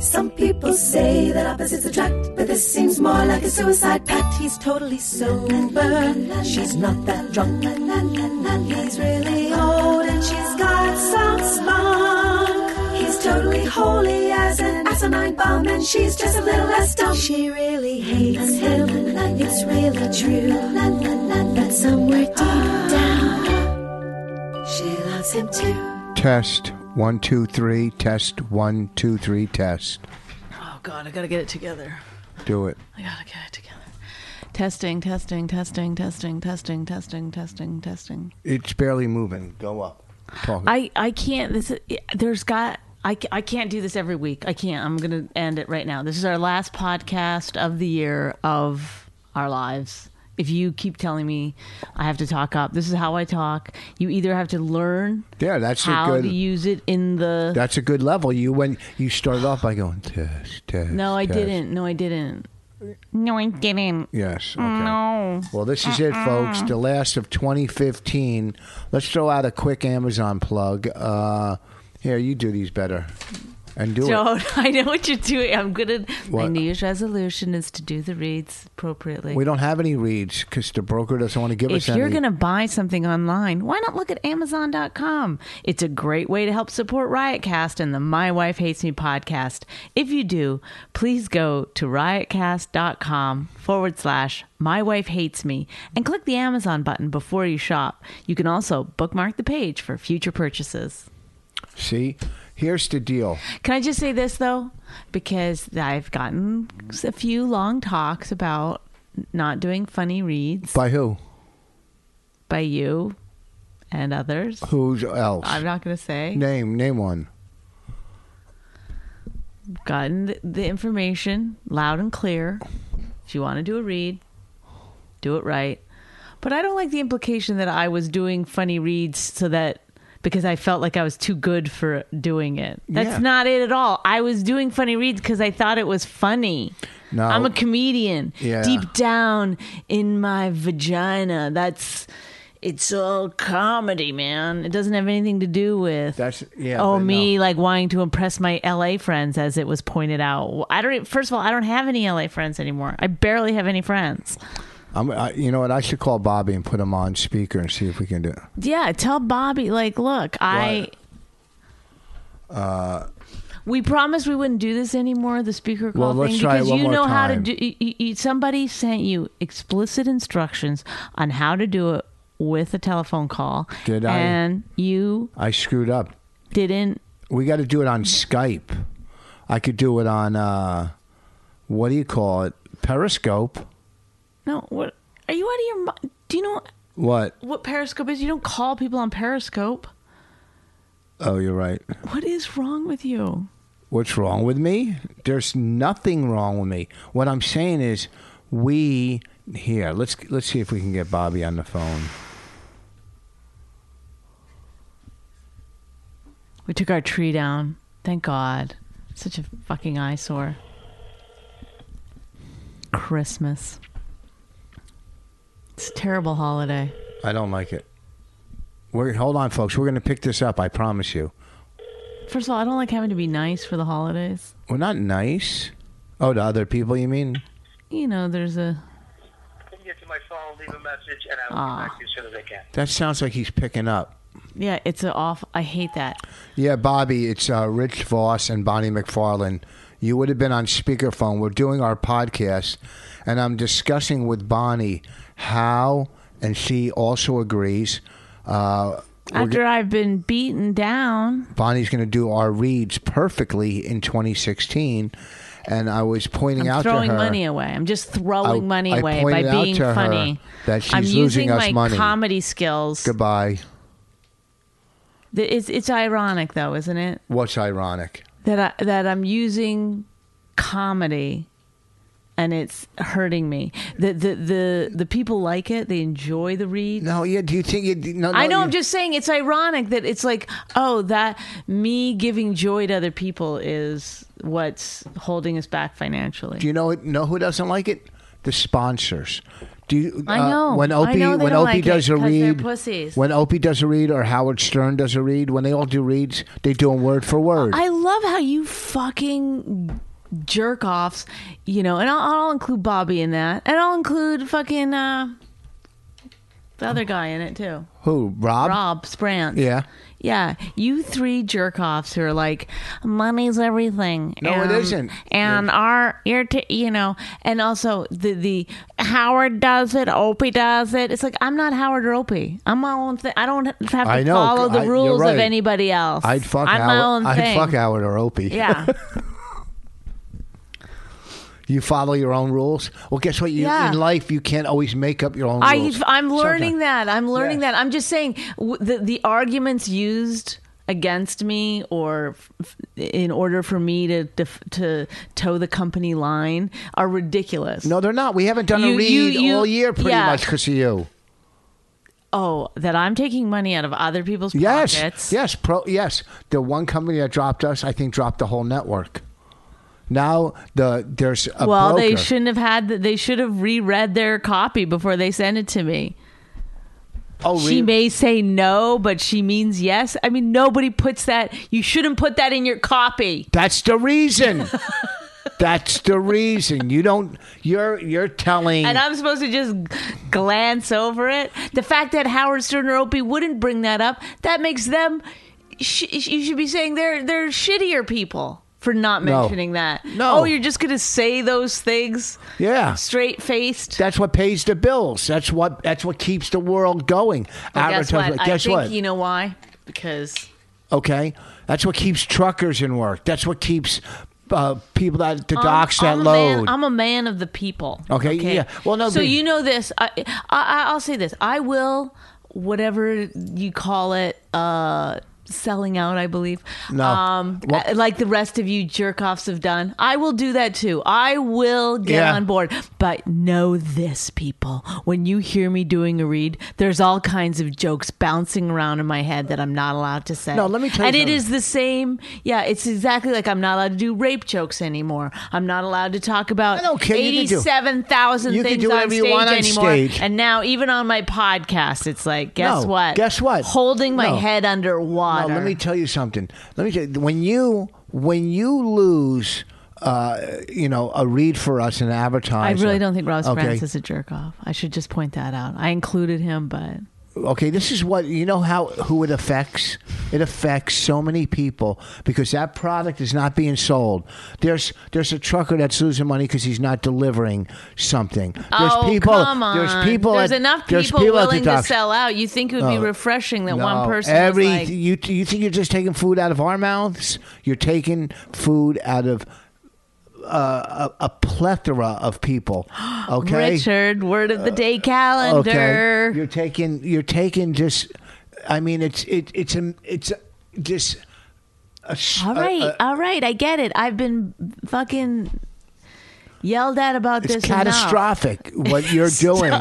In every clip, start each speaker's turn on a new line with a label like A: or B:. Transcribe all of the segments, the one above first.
A: Some people say that opposites attract, but this seems more like a suicide pact. He's totally sober, she's not that drunk. He's really old and she's got some spunk. He's totally holy as an asinine bomb, and she's just a little less dumb. She really hates him, it's really true. But somewhere deep down, she loves him too.
B: Test one, two, three. Test one, two, three. Test.
C: Oh God, I gotta get it together.
B: Do it.
C: I gotta get it together. Testing, testing, testing, testing, testing, testing, testing, testing.
B: It's barely moving. Go up. Talk.
C: I I can't. This is- there's got. I, ca- I can't do this every week. I can't. I'm gonna end it right now. This is our last podcast of the year of our lives. If you keep telling me I have to talk up, this is how I talk. You either have to learn
B: yeah, that's a
C: how
B: good.
C: to use it in the.
B: that's a good level. You when you started off by going test, test.
C: no, I
B: test.
C: didn't. No, I didn't. No, I didn't.
B: Yes. Okay.
C: No.
B: Well, this is it, folks. The last of 2015. Let's throw out a quick Amazon plug. Uh, here, you do these better, and do it.
C: Don't. I know what you're doing. I'm gonna. My
B: What?
C: New Year's resolution is to do the reads appropriately.
B: We don't have any reads because the broker doesn't want to give
C: if
B: us
C: you're
B: any.
C: going to buy something online, why not look at Amazon.com? It's a great way to help support Riotcast and the My Wife Hates Me podcast. If you do, please go to riotcast.com forward slash My Wife Hates Me and click the Amazon button before you shop. You can also bookmark the page for future purchases.
B: See, here's the deal.
C: Can I just say this though? Because I've gotten a few long talks about not doing funny reads
B: By who?
C: by you and others.
B: Who's else?
C: I'm not going to say.
B: name name one.
C: Gotten the, the information loud and clear. If you want to do a read, do it right. But I don't like the implication that I was doing funny reads so that because I felt like I was too good for doing it. That's
B: Yeah.
C: not it at all. I was doing funny reads because I thought it was funny.
B: No.
C: I'm a comedian.
B: Yeah.
C: Deep down in my vagina, that's it's all comedy, man. It doesn't have anything to do with
B: That's- yeah,
C: Oh
B: but
C: me, like wanting to impress my LA friends, as it was pointed out. I don't. even- First of all, I don't have any LA friends anymore. I barely have any friends.
B: I'm, I, you know what? I should call Bobby and put him on speaker and see if we can do it.
C: Yeah, tell Bobby, like, look, I. Uh, we promised we wouldn't do this anymore, the speaker call
B: Well, let's
C: thing,
B: try it
C: because
B: one
C: you
B: more
C: know how to
B: time.
C: do. You, you- you- somebody sent you explicit instructions on how to do it with a telephone call.
B: Did I?
C: And you
B: I screwed up.
C: didn't.
B: We got to do it on Skype. I could do it on uh, what do you call it? Periscope.
C: No, what? Are you out of your mind? Do you know
B: What?
C: what Periscope is? You don't call people on Periscope.
B: Oh, you're right.
C: What is wrong with you?
B: What's wrong with me? There's nothing wrong with me. What I'm saying is, we here. Let's let's see if we can get Bobby on the phone.
C: We took our tree down. Thank God. Such a fucking eyesore. Christmas. It's a terrible holiday.
B: I don't like it. We're hold on, folks. We're going to pick this up. I promise you.
C: First of all, I don't like having to be nice for the holidays.
B: We're not nice. Oh, to other people, you mean?
C: You know, there's a.
D: can get to my phone, leave a message, and I will
C: Aw.
D: get back to you as soon as I can.
B: That sounds like he's picking up.
C: Yeah, it's an off. I hate that.
B: Yeah, Bobby, it's uh, Rich Voss and Bonnie McFarland. You would have been on speakerphone. We're doing our podcast, and I'm discussing with Bonnie how, and she also agrees. Uh, we're
C: After I've been beaten down,
B: Bonnie's going to do our reads perfectly in 2016, and I was pointing
C: I'm
B: out
C: throwing
B: to her
C: money away. I'm just throwing money
B: I
C: away by
B: pointed out
C: being
B: to her
C: funny.
B: that she's
C: I'm
B: losing
C: using
B: us
C: my
B: money.
C: comedy skills.
B: goodbye.
C: Th- It's, it's ironic, though, isn't it?
B: What's ironic?
C: that I, that I'm using comedy and it's hurting me. The the the, the people like it. They enjoy the read.
B: No, yeah. Do you think you? No, no,
C: I know.
B: you-
C: I'm just saying it's ironic that it's like, oh, that me giving joy to other people is what's holding us back financially.
B: Do you know know who doesn't like it? The sponsors. Do you,
C: I
B: uh,
C: know.
B: when
C: I
B: Opie
C: know they
B: when
C: don't
B: Opie
C: like it
B: does a
C: 'cause they're
B: read
C: pussies.
B: when Opie does a read or Howard Stern does a read when they all do reads they do them word for word.
C: I love how you fucking jerk offs, you know, and I'll, I'll include Bobby in that, and I'll include fucking uh, the other guy in it too,
B: who Rob?
C: Rob Sprant.
B: Yeah.
C: Yeah, you three jerk offs who are like, money's everything.
B: No, it
C: and,
B: isn't.
C: And our, you're, t- you know, and also the the Howard does it, Opie does it. It's like I'm not Howard or Opie. I'm my own thing. I don't have to
B: I know.
C: follow the
B: I- you're
C: rules
B: right.
C: of anybody else.
B: I'd fuck
C: I'm
B: Howard.
C: my own
B: I'd
C: thing.
B: fuck Howard or Opie.
C: Yeah.
B: You follow your own rules. Well, guess what? You,
C: Yeah.
B: In life, you can't always make up your own
C: I,
B: rules.
C: I'm learning
B: Sometimes-
C: that. I'm learning
B: Yes.
C: that. I'm just saying w- the the arguments used against me or f- in order for me to def- to toe the company line are ridiculous.
B: No, they're not. We haven't done a
C: You-
B: read
C: you- you-
B: all year, pretty
C: yeah.
B: much, because of you.
C: Oh, that I'm taking money out of other people's
B: Yes,
C: pockets.
B: yes, pro, yes. The one company that dropped us, I think, dropped the whole network. Now the there's a
C: Well,
B: broker.
C: they shouldn't have had that. They should have reread their copy before they sent it to me.
B: Oh,
C: She
B: re-
C: may say no, but she means yes. I mean, nobody puts that. You shouldn't put that in your copy.
B: that's the reason. that's the reason. You don't. You're you're telling.
C: and I'm supposed to just glance over it. The fact that Howard Stern or Opie wouldn't bring that up, that makes them. Sh- you should be saying they're they're shittier people for not
B: No.
C: mentioning that.
B: No.
C: Oh, you're just gonna say those things
B: yeah.
C: straight faced.
B: That's what pays the bills. That's what that's what keeps the world going.
C: Guess what?
B: Advertisement.
C: I
B: Guess
C: think
B: what?
C: you know why? Because
B: okay, that's what keeps truckers in work. That's what keeps uh, people that the docks
C: I'm,
B: that
C: I'm A
B: load.
C: Um, man, I'm a man of the people.
B: Okay, yeah. Well, no,
C: So
B: but-
C: you know this. I, I I'll say this. I will, whatever you call it, uh, selling out. I believe.
B: No.
C: Um,
B: Well-
C: uh, like the rest of you jerk offs have done. I will do that too. I will get
B: Yeah.
C: on board. But know this, people. When you hear me doing a read, there's all kinds of jokes bouncing around in my head that I'm not allowed to say.
B: No, let me tell you
C: And it
B: something.
C: is the same. Yeah, it's exactly like I'm not allowed to do rape jokes anymore. I'm not allowed to talk about
B: I don't care. You can do-
C: eighty-seven thousand
B: You can
C: things
B: do
C: on
B: whatever you
C: stage
B: want on
C: anymore.
B: stage.
C: And now, even on my podcast, it's like, guess
B: No,
C: what?
B: guess what?
C: Holding my
B: No.
C: head
B: Now,
C: underwater.
B: let me tell you something. Let me tell you, when you when you lose, uh, you know, a read for us an
C: I
B: advertiser.
C: really don't think Ross
B: okay,
C: Sprance is a jerk off. I should just point that out. I included him, but
B: Okay, this is what you know how who it affects. It affects so many people because that product is not being sold. There's there's a trucker that's losing money because he's not delivering something. There's
C: oh
B: people.
C: come on!
B: There's people.
C: There's
B: at-
C: enough
B: there's
C: people,
B: at the
C: willing to
B: docks.
C: sell out. You think it would
B: No.
C: be refreshing that
B: No,
C: one person was
B: Every
C: like,
B: you you think you're just taking food out of our mouths? You're taking food out of uh, a, a plethora of people. Okay,
C: Richard, word of the day calendar.
B: Okay, you're taking you're taking just. I mean, it's it it's a it's a, just. A, s-
C: All
B: a-
C: right,
B: a-
C: all right, I get it. I've been fucking yelled at about
B: it's
C: this. enough.
B: catastrophic what you're doing.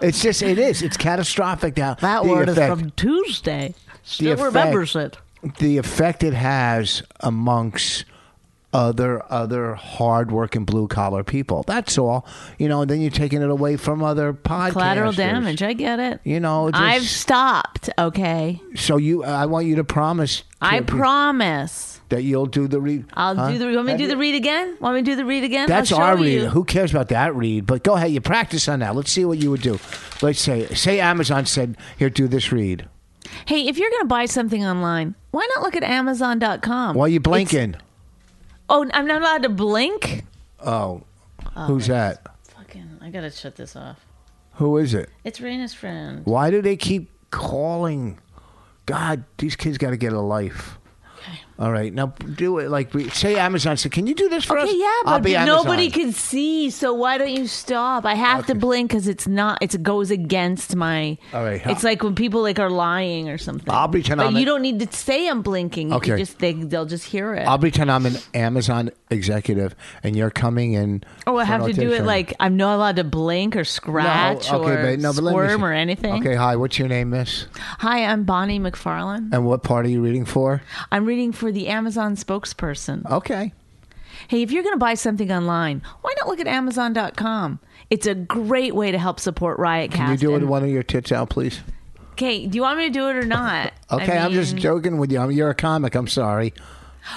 B: It's just it is. It's catastrophic now.
C: That
B: the
C: word
B: effect.
C: is from Tuesday. Still
B: effect-
C: remembers it.
B: the effect it has amongst other other hardworking blue collar people. That's all. You know, and then you're taking it away from other podcasters.
C: Collateral damage. I get it.
B: You know, just,
C: I've stopped. Okay,
B: so you. I want you to promise. to
C: I
B: pe-
C: promise.
B: that you'll do the read.
C: I'll
B: Huh?
C: do the. Want me to do the read again? Want me to do the read again?
B: That's
C: I'll show
B: our read.
C: You.
B: Who cares about that read? But go ahead, you practice on that. Let's see what you would do. Let's say say Amazon said, "Here, do this read."
C: Hey, if you're going to buy something online, why not look at Amazon.com?
B: Why are you
C: It's-
B: blinking?
C: oh, I'm not allowed to blink.
B: Oh, who's that?
C: Fucking, I gotta shut this off.
B: Who is it?
C: It's Raina's friend.
B: Why do they keep calling? God, these kids got to get a life. Okay. All right, now do it like we say Amazon. So can you do this for us?
C: Okay, yeah,
B: I'll
C: but
B: be Amazon.
C: nobody can see, so why don't you stop? I have to blink because it's not. It goes against my.
B: All right,
C: It's
B: huh.
C: like when people like are lying or something.
B: I'll pretend
C: But
B: I'm
C: you
B: a-
C: don't need to say I'm blinking. You can
B: Okay.
C: just they, they'll just hear it.
B: I'll pretend I'm an Amazon executive, and you're coming in.
C: Oh, I
B: for
C: have
B: an
C: to do it
B: audition.
C: like I'm not allowed to blink or scratch or
B: but- but let me
C: squirm
B: see.
C: or anything.
B: Okay, hi. What's your name, Miss?
C: Hi, I'm Bonnie McFarlane.
B: And what part are you reading for?
C: I'm reading for the Amazon spokesperson.
B: Okay.
C: Hey, if you're going to buy something online, why not look at Amazon.com? It's a great way to help support Riotcast.
B: Can you do it
C: And-
B: with one of your tits out, please?
C: Okay, do you want me to do it or not?
B: Okay,
C: I
B: I'm just
C: mean-
B: joking with you. I'm, you're a comic. I'm sorry.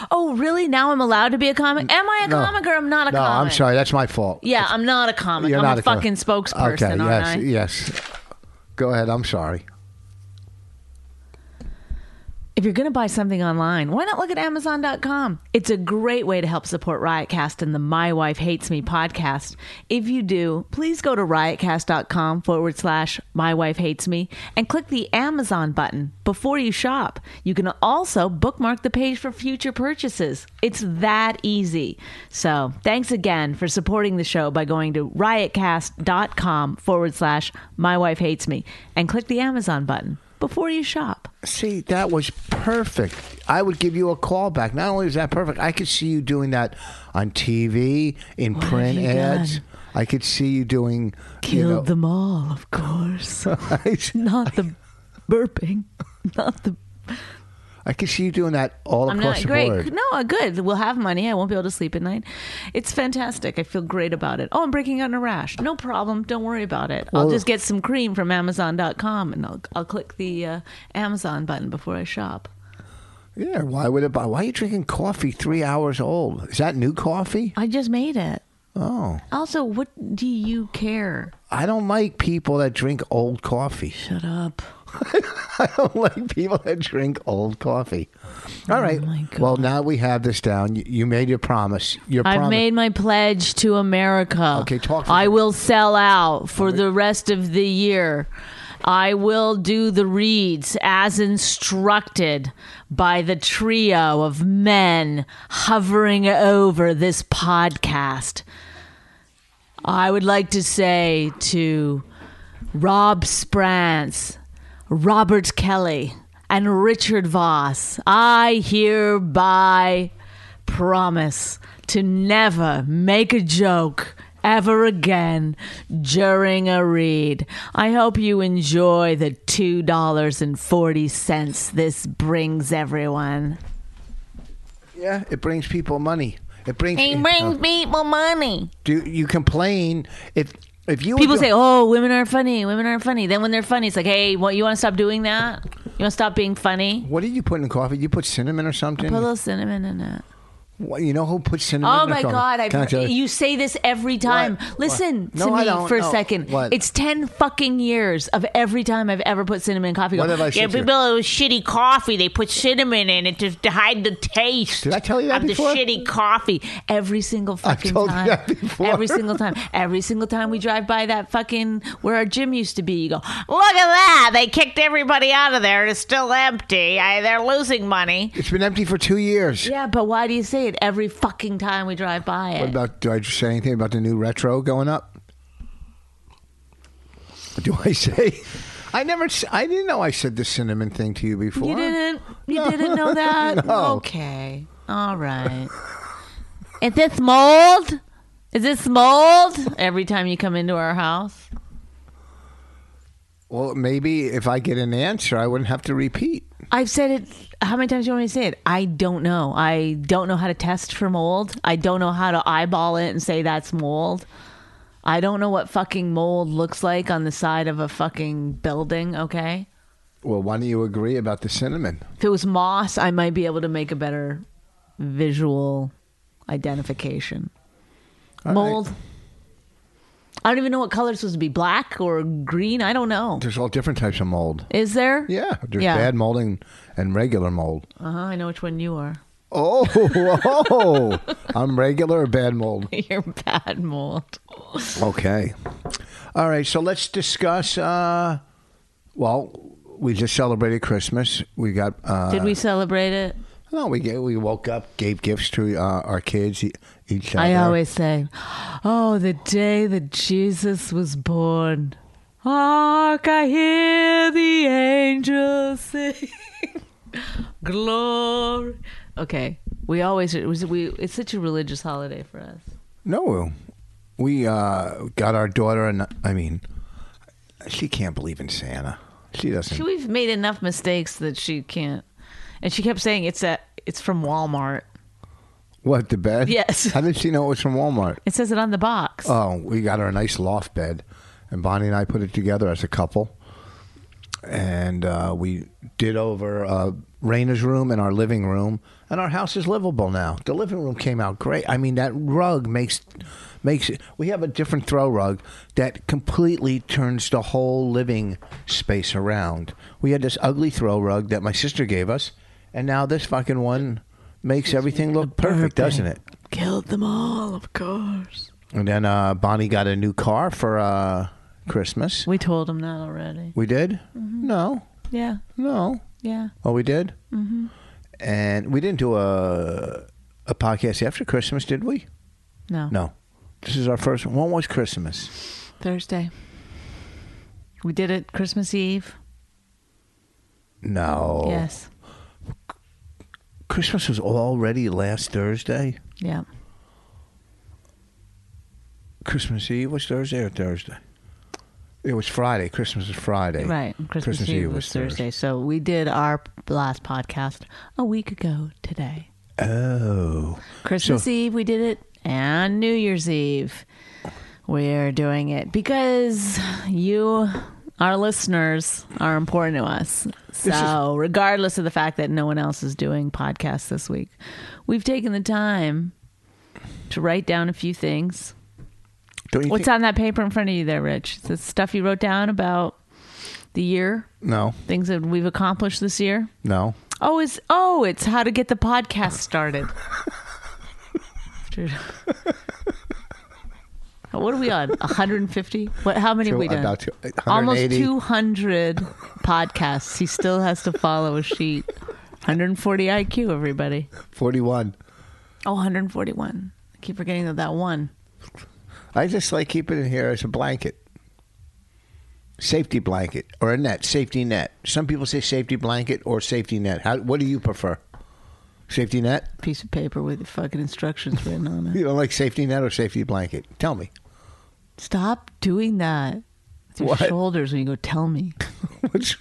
C: Oh, really? Now I'm allowed to be a comic? Am I a
B: No.
C: comic or I'm not a
B: no,
C: comic?
B: I'm sorry. That's my fault.
C: Yeah, I'm not a comic.
B: You're
C: I'm
B: not
C: a,
B: a comic.
C: fucking spokesperson,
B: okay.
C: aren't
B: yes.
C: I?
B: Yes. Go ahead. I'm sorry.
C: If you're going to buy something online, why not look at Amazon.com? It's a great way to help support Riotcast and the My Wife Hates Me podcast. If you do, please go to riotcast.com forward slash My Wife Hates Me and click the Amazon button before you shop. You can also bookmark the page for future purchases. It's that easy. So thanks again for supporting the show by going to riotcast.com forward slash My Wife Hates Me and click the Amazon button before you shop.
B: See, that was perfect. I would give you a call back. Not only is that perfect, I could see you doing that on TV, in
C: What have
B: print
C: you
B: ads.
C: done?
B: I could see you doing. you
C: Killed
B: know,
C: them all, of course.
B: I,
C: Not the burping. Not the.
B: could see you doing that all
C: I'm
B: across
C: not
B: the
C: great.
B: board.
C: No, uh, good. We'll have money. I won't be able to sleep at night. It's fantastic. I feel great about it. Oh, I'm breaking out in a rash. No problem. Don't worry about it. I'll
B: Well-
C: just get some cream from Amazon.com and I'll, I'll click the uh, Amazon button before I shop.
B: Yeah, why would it buy? Why are you drinking coffee three hours old? Is that new coffee?
C: I just made it.
B: Oh,
C: Also, what do you care?
B: I don't like people that drink old coffee.
C: Shut up.
B: I don't like people that drink old coffee. All right.
C: Oh my God.
B: Well, now we have this down. You, you made your promise. Your
C: I've
B: promise.
C: made my pledge to America.
B: Okay, talk for
C: I
B: me.
C: will sell out for the rest of the year. I will do the reads as instructed by the trio of men hovering over this podcast. I would like to say to Rob Sprance, Robert Kelly, and Richard Voss, I hereby promise to never make a joke ever again during a read. I hope you enjoy the $2.40 this brings everyone.
B: yeah, it brings people money. It brings.
C: It brings people money.
B: Do you complain if if you were
C: People
B: do-
C: say, "Oh, women are funny. Women are funny." Then when they're funny, it's like, "Hey, what? You want to stop doing that? You want to stop being funny?
B: What did you put in coffee? You put cinnamon or something?
C: Put a little cinnamon in it."
B: What- you know who put cinnamon?
C: Oh
B: in their
C: my
B: coffee?
C: God!
B: Can I
C: I've,
B: tell you?
C: you say this every time.
B: What?
C: Listen
B: What? No,
C: to
B: I
C: me
B: don't.
C: for a
B: No.
C: second.
B: What?
C: It's ten fucking years of every time I've ever put cinnamon in coffee.
B: What
C: Go,
B: have I
C: yeah,
B: said to you?"
C: people with shitty coffee. They put cinnamon in it to to hide the taste.
B: Did I tell you that
C: of
B: before?
C: the shitty coffee? Every single
B: I've
C: fucking
B: told you
C: time.
B: that before.
C: Every single time. Every single time we drive by that fucking where our gym used to be, you go, look at that! They kicked everybody out of there. It's still empty. I, they're losing money.
B: It's been empty for two years.
C: Yeah, but why do you say it every fucking time we drive by it?
B: What about? Do I say anything about the new retro going up? Do I say? I never. s- I didn't know I said the cinnamon thing to you before.
C: You didn't. You didn't know that.
B: No.
C: Okay. All right. Is this mold? Is this mold? Every time you come into our house.
B: Well, maybe if I get an answer, I wouldn't have to repeat.
C: I've said it. How many times do you want me to say it? I don't know. I don't know how to test for mold. I don't know how to eyeball it and say that's mold. I don't know what fucking mold looks like on the side of a fucking building. Okay.
B: Well, why don't you agree about the cinnamon?
C: If it was moss, I might be able to make a better visual identification.
B: All right.
C: mold. I don't even know what color it's supposed to be black or green. I don't know.
B: There's all different types of mold.
C: Is there?
B: Yeah, there's
C: Yeah.
B: bad molding and regular mold.
C: Uh-huh, I know which one you are.
B: Oh, oh, I'm regular or bad mold.
C: You're bad mold.
B: Okay. All right. So let's discuss. Uh, well, we just celebrated Christmas. We got. Uh,
C: Did we celebrate it?
B: No, we get, we woke up, gave gifts to uh, our kids e- each other.
C: I always say, Oh, the day that Jesus was born. Hark, I hear the angels sing. Glory. Okay. We always, it was, we, it's such a religious holiday for us.
B: no, we uh, got our daughter, and I mean, she can't believe in Santa. She doesn't.
C: She, we've made enough mistakes that she can't. And she kept saying it's a, it's from Walmart.
B: what the bed?
C: Yes.
B: How did she know it was from Walmart?
C: It says it on the box.
B: Oh, we got her a nice loft bed, and Bonnie and I put it together as a couple, and uh, we did over uh, Raina's room and our living room, and our house is livable now. The living room came out great. I mean, that rug makes makes it. We have a different throw rug that completely turns the whole living space around. We had this ugly throw rug that my sister gave us, and now this fucking one makes everything look perfect, doesn't it?
C: Killed them all, of course.
B: And then uh, Bonnie got a new car for uh, Christmas.
C: We Mm-hmm. told him that already.
B: We did? No,
C: Yeah.
B: no.
C: Yeah.
B: Oh, we did. Mm-hmm. And we didn't do a a podcast after Christmas, did we?
C: No.
B: No. This is our first one. When was Christmas?
C: Thursday. We did it Christmas Eve.
B: No.
C: Yes.
B: Christmas was already last Thursday.
C: Yeah.
B: Christmas Eve was Thursday or Thursday? It was Friday. Christmas is Friday.
C: Right. Christmas, Eve, was Thursday. So we did our last podcast a week ago today.
B: Oh.
C: Christmas
B: So-
C: Eve, we did it, and New Year's Eve. We're doing it because you, our listeners, are important to us. So, regardless of the fact that no one else is doing podcasts this week, we've taken the time to write down a few things.
B: Don't you
C: What's
B: think-
C: on that paper in front of you there, Rich? Is this stuff you wrote down about the year,
B: No,
C: things that we've accomplished this year?
B: no.
C: Oh, it's oh, it's how to get the podcast started. Dude. What are we on? 150? What? How many have we done?
B: About two-
C: Almost
B: 180.
C: 200 podcasts. He still has to follow a sheet. 140 IQ, everybody.
B: 41.
C: Oh, 141. I keep forgetting that that one.
B: I just like keeping it here as a blanket. Safety blanket or a net, safety net. Some people say safety blanket or safety net. How, what do you prefer? Safety net?
C: Piece of paper with the fucking instructions written on it.
B: You don't like safety net or safety blanket? Tell me.
C: Stop doing that. It's your
B: What?
C: shoulders when you go, tell me,
B: What's-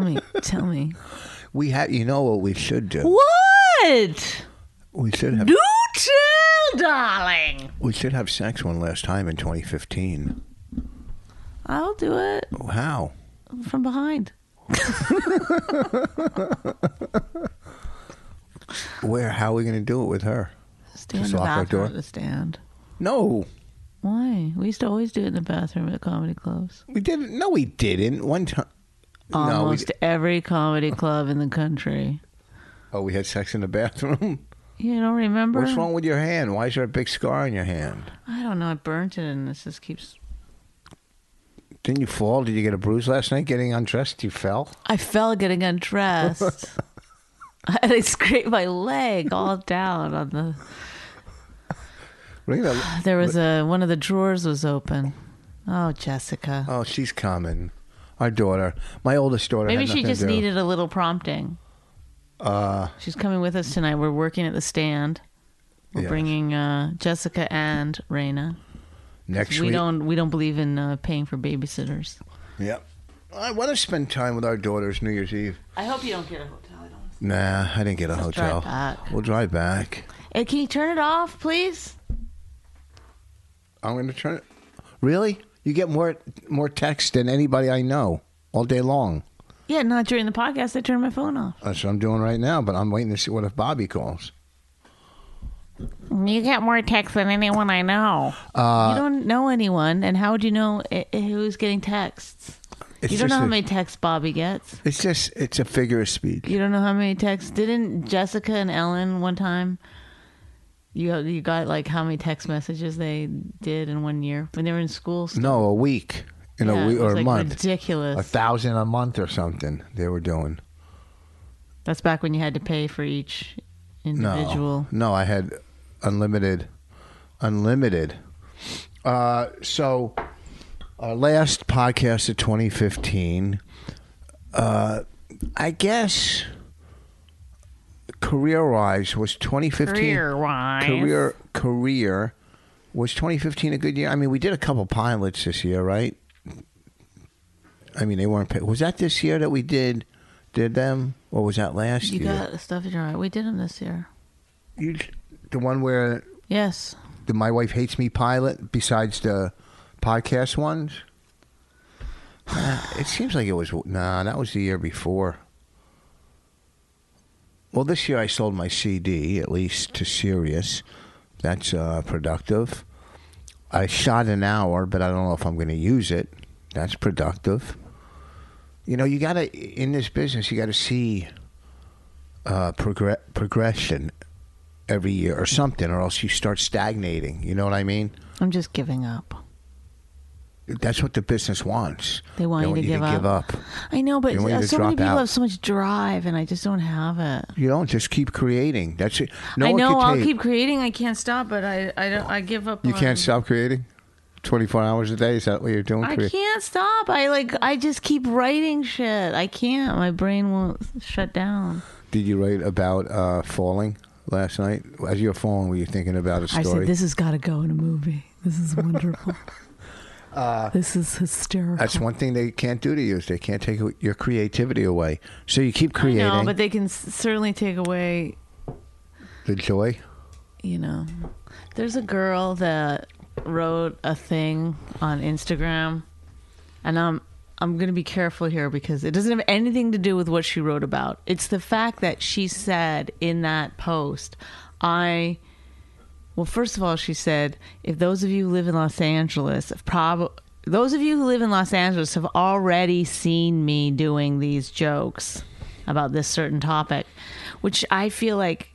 C: me, tell me.
B: we have, you know what we should do?
C: What?
B: We should have,
C: Do tell, darling.
B: we should have sex one last time in 2015.
C: I'll do it
B: How?
C: from behind.
B: Where? How are we going to do it with her?
C: Stand
B: Just
C: in the
B: lock our
C: bathroom
B: door?
C: at the stand.
B: No,
C: Why? We used to always do it in the bathroom at comedy clubs.
B: we didn't. No, we didn't. One time. no, we,
C: Almost every comedy club in the country.
B: oh, we had sex in the bathroom.
C: You don't remember?
B: What's wrong with your hand? Why is there a big scar on your hand?
C: I don't know. I burnt it, and this just keeps.
B: Didn't you fall? Did you get a bruise last night getting undressed? You fell?
C: I fell getting undressed. and I scraped my leg all down on the.
B: Really?
C: There was a one of the drawers was open. Oh, Jessica.
B: oh, she's coming. Our daughter. My oldest daughter.
C: Maybe
B: had
C: she
B: nothing
C: just
B: to do.
C: needed a little prompting. Uh, She's coming with us tonight. We're working at the stand. We're
B: Yeah.
C: bringing uh, Jessica and Raina.
B: Next
C: We
B: week.
C: don't we don't believe in uh, paying for babysitters.
B: Yep. I want to spend time with our daughters New Year's Eve.
C: I hope you don't get a hotel. I don't.
B: Nah, I didn't get a
C: Let's drive
B: hotel.
C: back.
B: We'll drive back.
C: Hey, Uh, can you turn it off, please?
B: I'm going to turn it. Really? You get more more text than anybody I know all day long.
C: Yeah, not during the podcast. I turned my phone off.
B: That's what I'm doing right now, but I'm waiting to see what if Bobby calls.
C: You get more texts than anyone I know.
B: Uh,
C: you don't know anyone, and how would you know i- i- who's getting texts?
B: It's
C: You don't
B: just
C: know how
B: a-
C: many texts Bobby gets.
B: It's just, it's a figure of speech.
C: You don't know how many texts. Didn't Jessica and Ellen one time? You you got like how many text messages they did in one year when they were in school? still?
B: No, a week. In
C: Yeah,
B: a week
C: it was,
B: or a
C: like,
B: month.
C: Ridiculous.
B: a thousand a month or something they were doing
C: That's back when you had to pay for each
B: No,
C: individual.
B: no, I had unlimited, unlimited. Uh, so our last podcast of 2015, uh, I guess career-wise was 2015.
C: Career-wise.
B: career, career was 2015 a good year. I mean, we did a couple pilots this year, right? I mean, they weren't. Paid. Was that this year that we did did them, or was that last
C: You
B: year?
C: got stuff in your eye. We did them this year.
B: You, the one where
C: Yes.
B: the My Wife Hates Me pilot, besides the podcast ones? Uh, it seems like it was. Nah, that was the year before. Well, this year I sold my CD, at least to Sirius. That's uh, productive. I shot an hour, but I don't know if I'm going to use it. That's productive. You know, you got to, in this business, you got to see uh, progre- progression every year or something, or else you start stagnating. You know what I mean?
C: I'm just giving up.
B: That's what the business wants.
C: They want you to give up.
B: give up.
C: I know, but
B: They want you
C: uh,
B: to
C: so many
B: drop
C: people
B: out.
C: have so much drive, and I just don't have it.
B: You don't just keep creating. That's it. No
C: I
B: one
C: know
B: can
C: I'll
B: take-
C: keep creating. I can't stop, but I I don't. I give up.
B: You
C: on-
B: can't stop creating. Twenty four hours a day is that what you're doing?
C: I
B: Crea-
C: can't stop. I like. I just keep writing shit. I can't. My brain won't shut down.
B: Did you write about uh, falling last night? As you were falling, were you thinking about a story?
E: I said, "This has got to go in a movie. This is wonderful. Uh, this is hysterical."
B: That's one thing they can't do to you is they can't take your creativity away. So you keep
C: I
B: creating
C: know, but they can s- certainly take away.
B: the joy.
C: You know, there's a girl that wrote a thing on Instagram, and I'm I'm gonna be careful here because it doesn't have anything to do with what she wrote about. It's the fact that she said in that post, I. Well, first of all, she said, if those of you who live in Los Angeles, if prob- those of you who live in Los Angeles have already seen me doing these jokes about this certain topic, which I feel like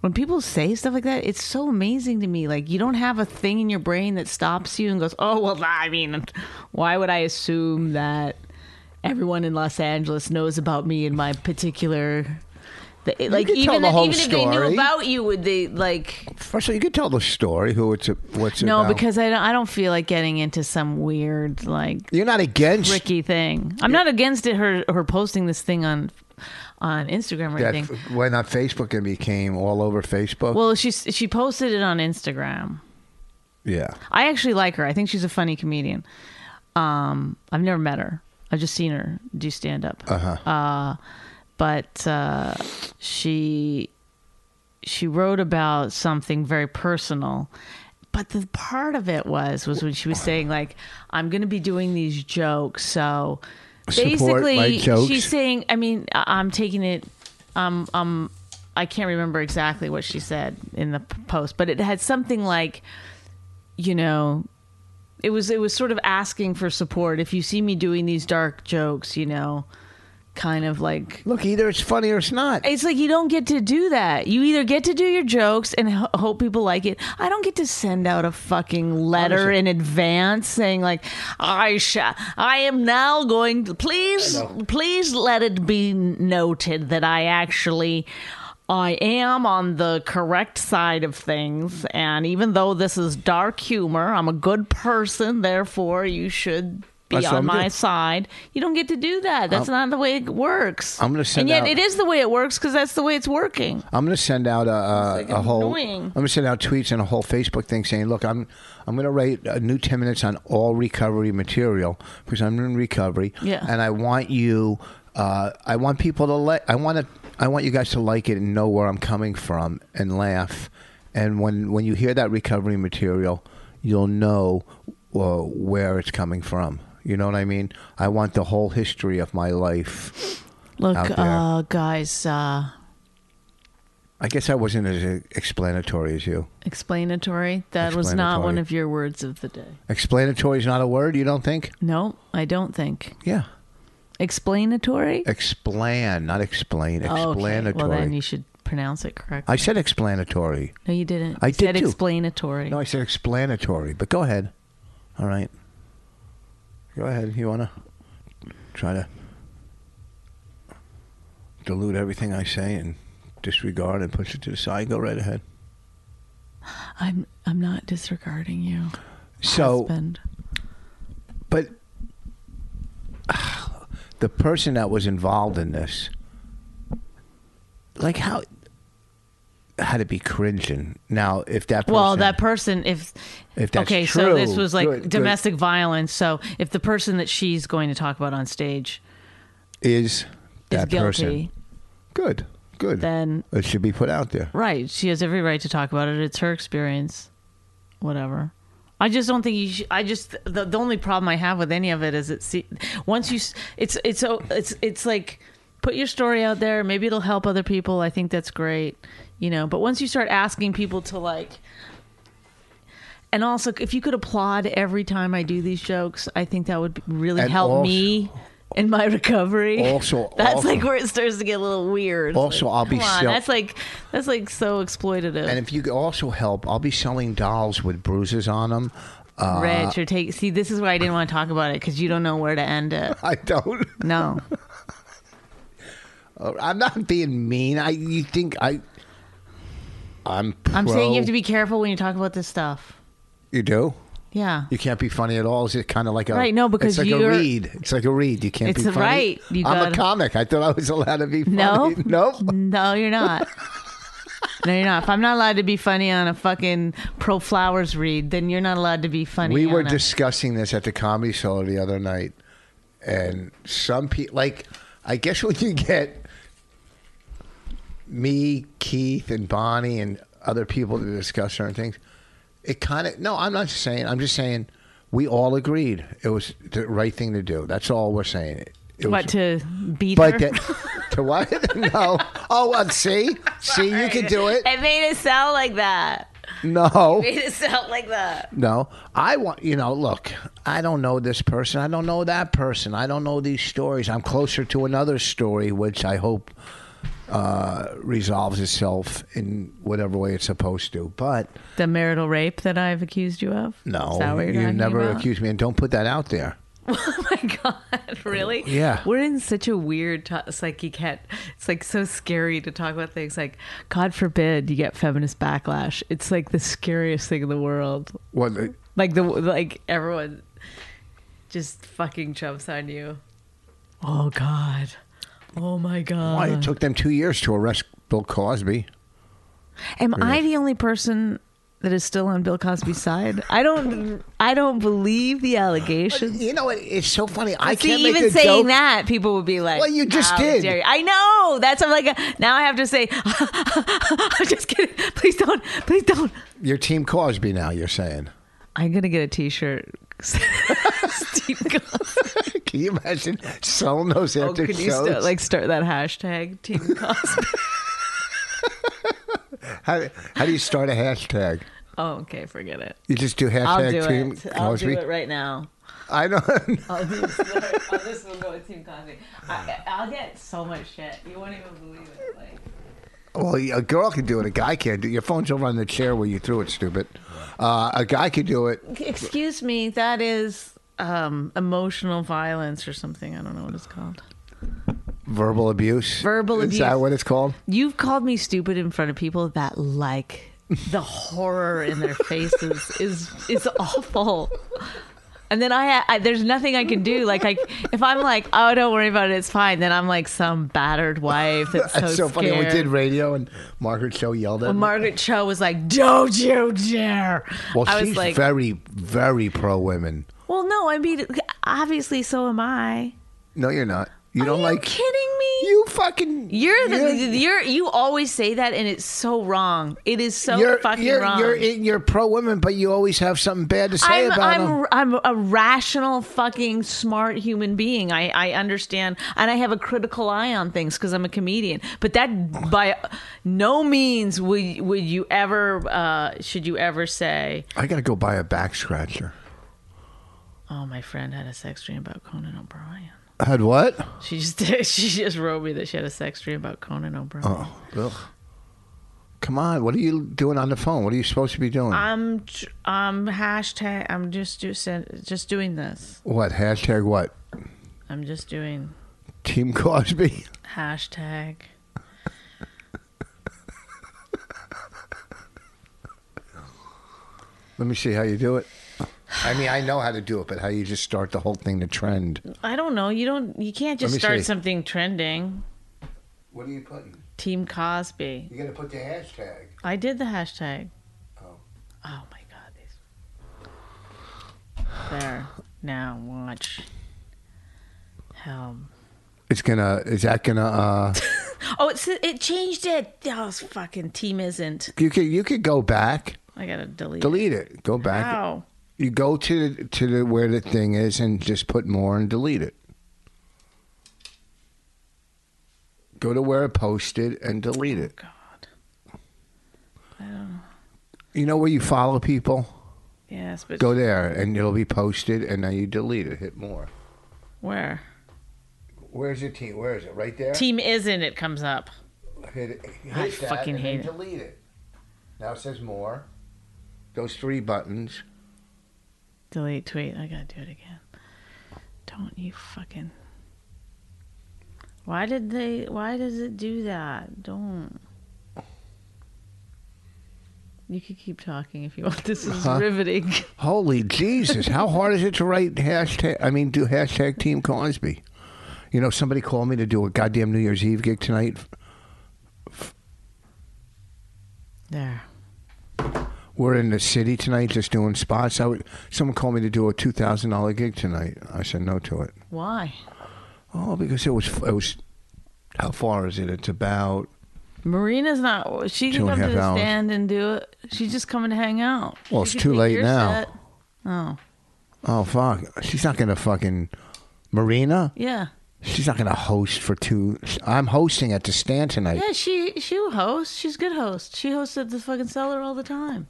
C: when people say stuff like that, it's so amazing to me. Like, you don't have a thing in your brain that stops you and goes, oh, well, I mean, why would I assume that everyone in Los Angeles knows about me and my particular. They, like
B: could tell
C: even
B: the
C: if,
B: whole
C: even if they knew
B: story.
C: about you, would they like?
B: First of all, you could tell the story. Who it's a, what's
C: No,
B: about.
C: because I don't, I don't feel like getting into some weird like
B: you're not against
C: tricky thing. I'm not against it her her posting this thing on on Instagram or
B: that
C: anything.
B: when on Facebook it became all over Facebook.
C: Well, she she posted it on Instagram.
B: yeah,
C: I actually like her. I think she's a funny comedian. Um, I've never met her. I've just seen her do stand up. Uh-huh. but uh, she she wrote about something very personal. But the part of it was was when she was saying like, "I'm going to be doing these jokes." So
B: Support my
C: basically,
B: jokes.
C: she's saying, "I mean, I- I'm taking it um, I can't remember exactly what she said in the p- post, but it had something like, you know, it was it was sort of asking for support. If you see me doing these dark jokes, you know, kind of like
B: look, either it's funny or it's not.
C: it's like you don't get to do that. You either get to do your jokes and ho- hope people like it. I don't get to send out a fucking letter
B: Honestly.
C: in advance saying like, "I shall, I am now going to please please let it be noted that I actually I am on the correct side of things and even though this is dark humor, I'm a good person, therefore you should be
B: That's what
C: on
B: I'm
C: my
B: doing.
C: side. You don't get to do that. That's not the way it works.
B: I'm gonna send
C: And yet
B: out-
C: it is the way it works because that's the way it's working.
B: I'm going to send out a, a,
C: It's, like,
B: a whole.
C: annoying.
B: I'm going to send out tweets and a whole Facebook thing saying, "Look, I'm I'm going to write a new 10 minutes on all recovery material because I'm in recovery,
C: Yeah.
B: and I want you, uh, I want people to like, I want to, I want you guys to like it and know where I'm coming from and laugh, and when when you hear that recovery material, you'll know uh, where it's coming from. You know what I mean? I want the whole history of my life.
C: Look,
B: Out there.
C: uh, guys, uh,
B: I guess I wasn't as uh, explanatory as you.
C: explanatory. That was not
B: Explanatory.
C: one of your words of the day.
B: Explanatory is not a word, you don't think?
C: No, I don't think
B: Yeah.
C: explanatory.
B: Explan, not explain.
C: Oh,
B: Explanatory.
C: Okay. Well, then you should pronounce it correctly.
B: I said explanatory.
C: no, you didn't.
B: I
C: you
B: did
C: said
B: too.
C: explanatory.
B: No, I said explanatory, but go ahead. All right. Go ahead. You want to try to dilute everything I say and disregard and push it to the side. Go right ahead.
E: I'm I'm not disregarding you,
B: So,
E: husband.
B: but the person that was involved in this, like how had to be cringing. Now, if that person,
C: Well, that person, if,
B: If that's
C: okay,
B: true,
C: so this was like
B: good, good.
C: domestic violence. So if the person that she's going to talk about on stage
B: is
C: is
B: that
C: guilty,
B: person good, good,
C: then
B: it should be put out there.
C: right, she has every right to talk about it. It's her experience, whatever. I just don't think you. Should, I just the, the only problem I have with any of it is it. See, once you, s- it's it's so it's it's like put your story out there. Maybe it'll help other people. I think that's great, you know. But once you start asking people to like And also, if you could applaud every time I do these jokes, I think that would be- really
B: And
C: help
B: also-
C: me in my recovery.
B: Also-
C: that's
B: also-
C: like where it starts to get a little weird. It's
B: Also,
C: like,
B: I'll be
C: come on,
B: so-
C: that's like that's like so exploitative.
B: And if you could also help, I'll be selling dolls with bruises on them. Uh,
C: Rich or take see, this is why I didn't want to talk about it because you don't know where to end it.
B: I don't.
C: No,
B: I'm not being mean. I you think I? I'm. Pro,
C: I'm saying you have to be careful when you talk about this stuff.
B: You do.
C: Yeah,
B: You can't be funny at all. Is it kind of like a
C: Right, no,
B: it's
C: because
B: like
C: you're-
B: a read. It's like a read. You can't
C: It's
B: be funny.
C: right. You
B: I'm
C: gotta-
B: a comic. I thought I was allowed to be funny.
C: No.
B: nope.
C: no, you're not. No, you're not. If I'm not allowed to be funny on a fucking pro flowers read, then you're not allowed to be funny.
B: We were
C: on a-
B: discussing this at the comedy show the other night, and some people like I guess when you get me, Keith, and Bonnie, and other people to discuss certain things, it kind of no. I'm not saying. I'm just saying we all agreed it was the right thing to do. That's all we're saying. It, it
C: what
B: was,
C: to beat her.
B: But that, to what? No. Oh, well, see, see, you can do it.
C: It made it sound like that.
B: No.
C: It made it sound like that.
B: No, I want you know. Look, I don't know this person. I don't know that person. I don't know these stories. I'm closer to another story, which I hope uh, resolves itself in whatever way it's supposed to. But
C: The marital rape that I've accused you of.
B: no,
C: Is that what you're
B: you
C: talking
B: never
C: about?
B: accuse me, and don't put that out there.
C: Oh my god! Really?
B: Yeah.
C: We're in such a weird t- psyche cat. It's like so scary to talk about things like, God forbid, you get feminist backlash. It's like the scariest thing in the world.
B: What?
C: Like the like everyone just fucking jumps on you. Oh god. Oh my god.
B: Why it took them two years to arrest Bill Cosby?
C: Am I the only person that is still on Bill Cosby's side? I don't. I don't believe the allegations.
B: You know, it, it's so funny. I
C: See,
B: can't
C: even
B: make a
C: saying
B: joke.
C: that, people would be like,
B: Well, you just
C: "How
B: did."
C: dare you." I know. That's I'm like. uh, Now I have to say, I'm just kidding. Please don't. Please don't.
B: Your team Cosby now. You're saying.
C: I'm gonna get a T-shirt. Steve Cosby.
B: Can you imagine selling those
C: Oh,
B: after
C: can you
B: shows?
C: start, like start that hashtag Team Cosby?
B: how, how do you start a hashtag?
C: oh, okay, forget it.
B: You just do hashtag
C: I'll do
B: team
C: it. I'll do
B: Cosby?
C: it right now.
B: I don't.
C: I'll do this. I'll just will go with Team Cosby. I, I'll get so much shit. You won't even believe it. Like,
B: Well, a girl can do it. A guy can't do it. Your phone's over on the chair where you threw it, stupid. Uh, a guy can do it.
C: excuse me, that is um, emotional violence or something. I don't know what it's called.
B: Verbal abuse.
C: Verbal
B: Is that
C: abuse.
B: what it's called?
C: You've called me stupid in front of people that like the horror in their faces is is awful. And then I, I there's nothing I can do. Like I, if I'm like, oh, don't worry about it, it's fine. Then I'm like some battered wife that's so,
B: That's so funny. We
C: scared.
B: did radio, and Margaret Cho yelled at
C: Well,
B: me.
C: Margaret Cho was like, "Don't you dare!"
B: well,
C: I
B: she's
C: was like,
B: very, very pro women.
C: "Well, no, I mean, obviously, so am I."
B: No, you're not. You
C: Are
B: don't
C: you
B: like.
C: kidding me?
B: You fucking.
C: You're the you're you always say that and it's so wrong. It is so
B: you're
C: fucking
B: you're,
C: wrong.
B: You're, you're pro women, but you always have something bad to say
C: I'm
B: about them.
C: I'm I'm a rational fucking smart human being. I I understand and I have a critical eye on things because I'm a comedian. But that by no means would would you ever uh, should you ever say,
B: I gotta go buy a back scratcher.
C: "Oh, my friend had a sex dream about Conan O'Brien."
B: Had what?
C: She just she just wrote me that she had a sex dream about Conan O'Brien.
B: Oh, ugh. Come on, what are you doing on the phone? What are you supposed to be doing?
C: I'm tr- um hashtag I'm just do, sen- just doing this.
B: what hashtag? What
C: I'm just doing
B: Team Cosby?
C: Hashtag.
B: Let me see how you do it. I mean, I know how to do it, but how you just start the whole thing to trend.
C: I don't know. You don't. You can't just
B: me
C: start
B: see.
C: something trending.
B: What are you putting?
C: Team Cosby.
B: You got to put the hashtag.
C: I did the hashtag.
B: Oh.
C: Oh my god. These. There. Now watch. Helm.
B: It's gonna. Is that gonna? uh
C: Oh, it's it changed it. Oh, it's fucking team isn't.
B: You could. You could go back.
C: I gotta delete.
B: Delete it. Go
C: It.
B: back.
C: Wow.
B: You go to the, to the where the thing is and just put more and delete it. Go to where it posted and delete it.
C: God.
B: You know where you follow people?
C: Yes, but
B: Go there and it'll be posted and then you delete it. Hit more.
C: where?
B: Where's your team? Where is it? Right there?
C: Team isn't. It comes up.
B: Hit, hit
C: I
B: that
C: fucking
B: and
C: hate
B: then Delete it. Now it says more. Those three buttons.
C: Delete tweet. I gotta do it again. Don't you fucking. Why did they? Why does it do that? Don't. You could keep talking if you want. This is riveting.
B: Holy Jesus! How hard is it to write hashtag? I mean, do hashtag Team Cosby. You know, somebody called me to do a goddamn New Year's Eve gig tonight
C: There.
B: we're in the city tonight just doing spots. I would, someone called me to do a two thousand dollar gig tonight. I said no to it.
C: Why?
B: Oh, because it was it was. How far is it? It's about.
C: Marina's not. She
B: Two
C: can
B: and a
C: come to
B: half
C: the
B: hours.
C: stand and do it. She's just coming to hang out.
B: Well,
C: She
B: it's
C: could
B: too
C: take
B: late
C: your
B: now.
C: set. Oh
B: Oh fuck! She's not gonna fucking. Marina,
C: yeah,
B: she's not gonna host for two. I'm hosting at the stand tonight.
C: yeah. She she hosts. She's a good host. She hosts at the fucking cellar all the time.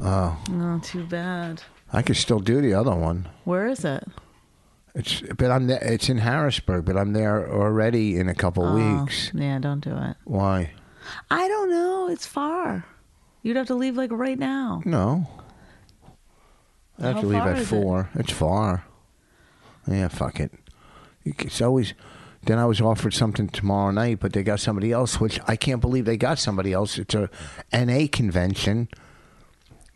B: Oh,
C: Oh, too bad.
B: I could still do the other one.
C: Where is it?
B: It's but I'm there, it's in Harrisburg, but I'm there already in a couple weeks.
C: Oh, Yeah, don't do it.
B: Why?
C: I don't know. It's far. You'd have to leave like right now.
B: No. I have
C: How
B: to leave
C: far
B: at
C: is it?
B: four. It's far. Yeah, fuck it. You c- It's always. Then I was offered something tomorrow night, but they got somebody else, which I can't believe they got somebody else. It's a NA convention.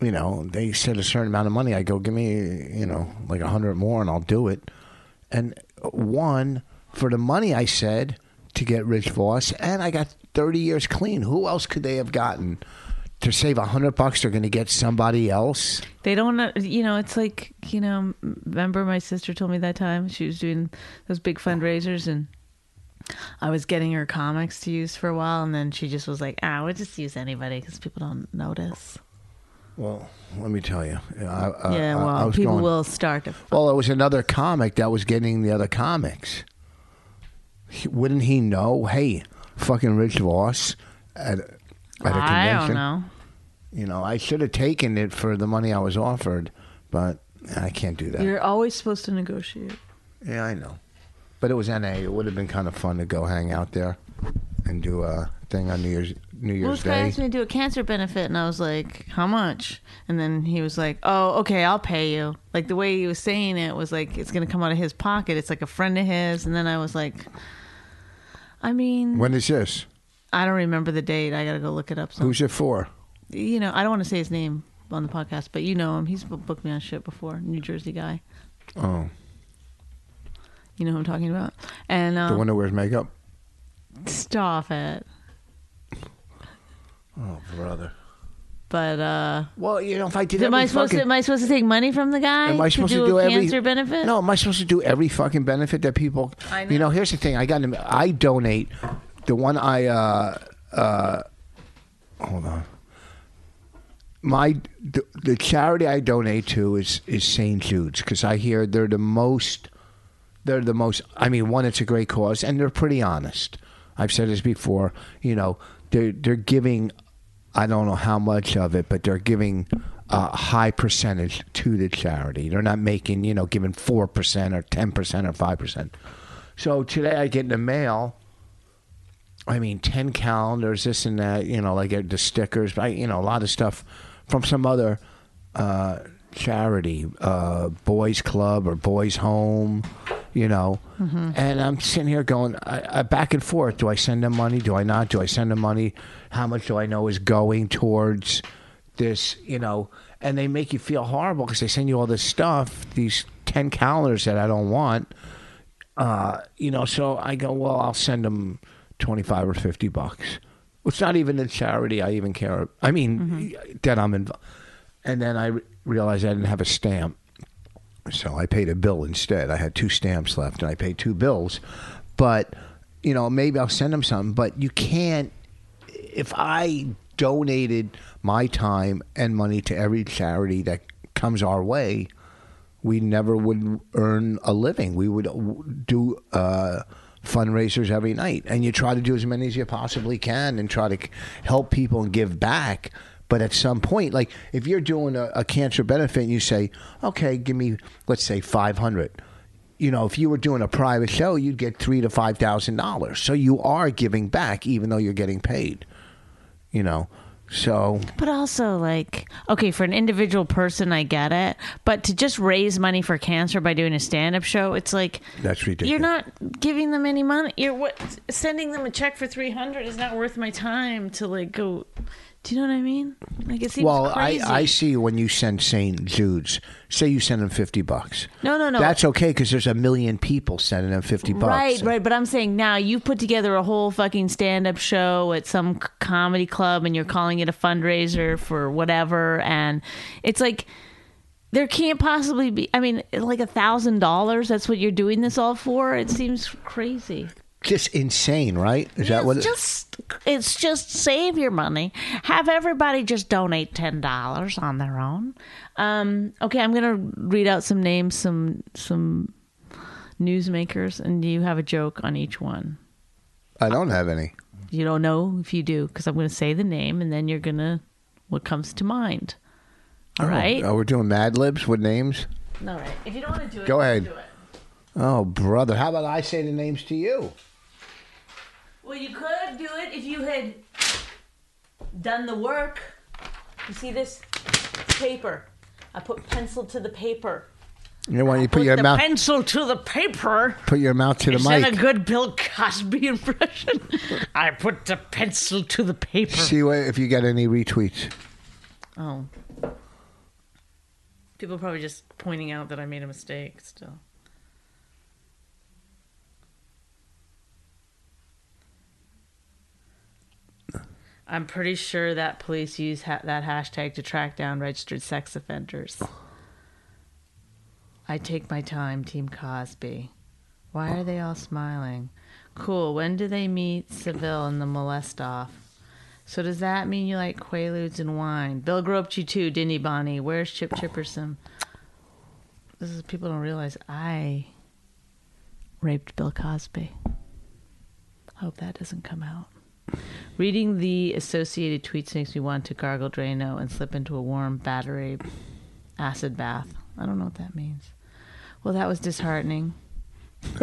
B: You know, they said a certain amount of money. I go, give me, you know, like a hundred more, and I'll do it. And one for the money I said to get Rich Voss, and I got thirty years clean. Who else could they have gotten to save a hundred bucks? They're going to get somebody else.
C: They don't, uh, you know, it's like, you know, m- remember my sister told me that time she was doing those big fundraisers and I was getting her comics to use for a while and then she just was like, ah, we'll just use anybody because people don't notice.
B: Well, let me tell you. I, I,
C: yeah, well,
B: I, I was
C: people
B: going,
C: will start to.
B: Well, it was another comic that was getting the other comics. He- wouldn't he know? Hey, fucking Rich Voss at, at a convention.
C: I don't know.
B: You know, I should have taken it for the money I was offered, but I can't do that.
C: You're always supposed to negotiate.
B: yeah, I know. But it was NA. It would have been kind of fun to go hang out there and do a thing on New Year's New
C: Well,
B: Year's
C: this guy
B: Day.
C: asked me to do a cancer benefit, and I was like, "How much?" And then he was like, "Oh, okay, I'll pay you." Like the way he was saying it was like it's going to come out of his pocket. It's like a friend of his. And then I was like, "I mean,
B: When is this?
C: I don't remember the date. I got to go look it up." So
B: Who's it for?
C: you know, I don't want to say his name on the podcast, but you know him. He's bu- booked me on shit before. New Jersey guy.
B: Oh,
C: You know who I'm talking about. And
B: the
C: um,
B: one that wears makeup.
C: stop it.
B: Oh, brother.
C: But uh,
B: Well, you know, if I did
C: am
B: every
C: I supposed
B: fucking-
C: to? Am I supposed to take money from the guy
B: Am I supposed to do,
C: a
B: every
C: cancer benefit?
B: No, am I supposed to do every fucking benefit that people?
C: I
B: You know,
C: know.
B: here's the thing. I got. an- I donate. The one I. uh uh Hold on. My the, the charity I donate to is is St. Jude's because I hear they're the most. They're the most. I mean, one, it's a great cause, and they're pretty honest. I've said this before. You know, they're they're giving. I don't know how much of it, but they're giving a high percentage to the charity. They're not making, you know, giving 4% or 10% or 5%. So today I get in the mail, I mean, 10 calendars, this and that, you know, like uh, the stickers, I, you know, a lot of stuff from some other uh, charity, uh, Boys Club or Boys Home, you know. And I'm sitting here going I, I, back and forth. Do I send them money? Do I not? Do I send them money? How much do I know is going towards this? You know, and they make you feel horrible because they send you all this stuff, these ten calendars that I don't want. Uh, you know, so I go, well, I'll send them twenty five or fifty bucks. It's not even a charity I even care. I mean, that I'm involved. And then I re- realized I didn't have a stamp. So I paid a bill instead. I had two stamps left and I paid two bills. But, you know, maybe I'll send them something, but you can't. If I donated my time and money to every charity that comes our way, we never would earn a living. We would w- do uh, fundraisers every night. And you try to do as many as you possibly can and try to c- help people and give back. But at some point, like if you're doing a, a cancer benefit and you say, okay, give me, let's say 500 you know, if you were doing a private show, you'd get three to five thousand dollars. So you are giving back, even though you're getting paid. You know, so
C: But also, like, okay, for an individual person, I get it. But to just raise money for cancer by doing a stand up show, it's like.
B: That's ridiculous.
C: You're not giving them any money. You're what? Sending them a check for 300 is not worth my time to, like, go. Do you know what I mean? Like, it seems
B: well,
C: crazy.
B: I I see when you send St. Jude's. Say you send them fifty bucks.
C: No, no, no.
B: That's okay because there's a million people sending them fifty bucks.
C: Right, right. But I'm saying now you've put together a whole fucking stand up show at some c- comedy club and you're calling it a fundraiser for whatever. And it's like, there can't possibly be, I mean, like a thousand dollars. That's what you're doing this all for. It seems crazy.
B: Just insane, right? Is that what?
C: it's
B: it-
C: just, it's just save your money. Have everybody just donate ten dollars on their own. Um, okay, I'm gonna read out some names, some some newsmakers, and you have a joke on each one.
B: I don't have any.
C: You don't know if you do because I'm going to say the name and then you're going to what comes to mind. All right.
B: Oh, we're doing Mad Libs with names.
C: All right. If you don't want to do it,
B: Go
C: don't
B: ahead.
C: do it.
B: Oh, brother! How about I say the names to you?
C: Well, you could do it if you had done the work. You see this paper? I put pencil to the paper.
B: You know, why don't you put your
C: the
B: mouth
C: pencil to the paper.
B: put your mouth to the
C: Is
B: mic?
C: that a good Bill Cosby impression? I put the pencil to the paper.
B: See what, if you get any retweets.
C: Oh. People are probably just pointing out that I made a mistake still. I'm pretty sure that police use ha- that hashtag to track down registered sex offenders. I take my time, Team Cosby. Why are they all smiling? Cool. When do they meet Seville and the molest off? So does that mean you like quaaludes and wine? Bill groped you too, didn't he, Bonnie? Where's Chip Chipperson? This is people don't realize I raped Bill Cosby. I hope that doesn't come out. Reading the associated tweets makes me want to gargle Drano and slip into a warm battery acid bath. I don't know what that means. Well, that was disheartening.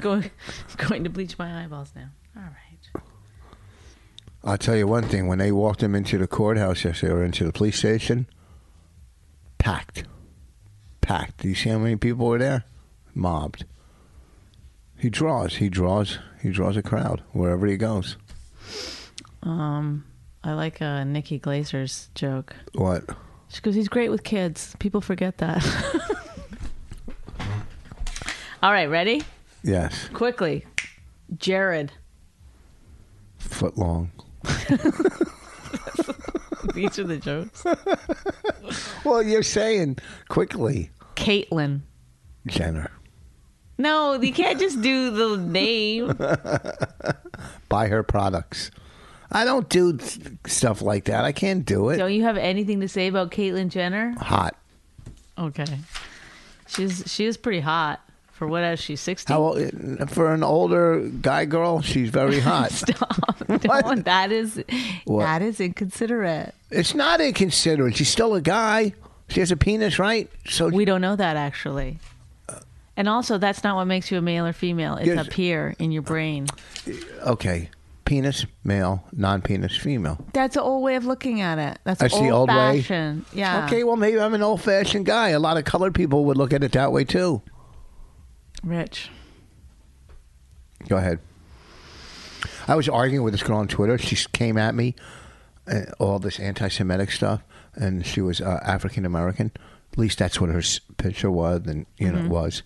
C: going, going to bleach my eyeballs now. All right.
B: I'll tell you one thing: when they walked him into the courthouse yesterday or into the police station, packed, packed. Do you see how many people were there? Mobbed. He draws. He draws. He draws a crowd wherever he goes.
C: Um, I like uh, Nikki Glazer's joke.
B: What?
C: She goes, "He's great with kids. People forget that." All right, ready?
B: Yes,
C: Quickly, Jared.
B: foot long.
C: These are the jokes.
B: Well, you're saying quickly,
C: Caitlin.
B: Jenner.
C: No, you can't just do the name.
B: Buy her products. I don't do s- stuff like that. I can't do it.
C: Don't you have anything to say about Caitlyn Jenner?
B: Hot.
C: Okay, she's she is pretty hot for what else she's sixty.
B: How old, for an older guy girl, she's very hot.
C: Stop! No,
B: What?
C: that is
B: What?
C: that is inconsiderate.
B: It's not inconsiderate. She's still a guy. She has a penis, right? So
C: We don't know that actually. And also, that's not what makes you a male or female. It's
B: Yes.
C: up here in your brain.
B: okay, penis male, non-penis female.
C: That's an old way of looking at it. That's
B: That's the old way?
C: fashioned. Yeah.
B: Okay, well maybe I'm an old-fashioned guy. A lot of colored people would look at it that way too.
C: Rich.
B: Go ahead. I was arguing with this girl on Twitter. She came at me, uh, all this anti-Semitic stuff, and she was uh, African American. At least that's what her s- picture was, and you know it was.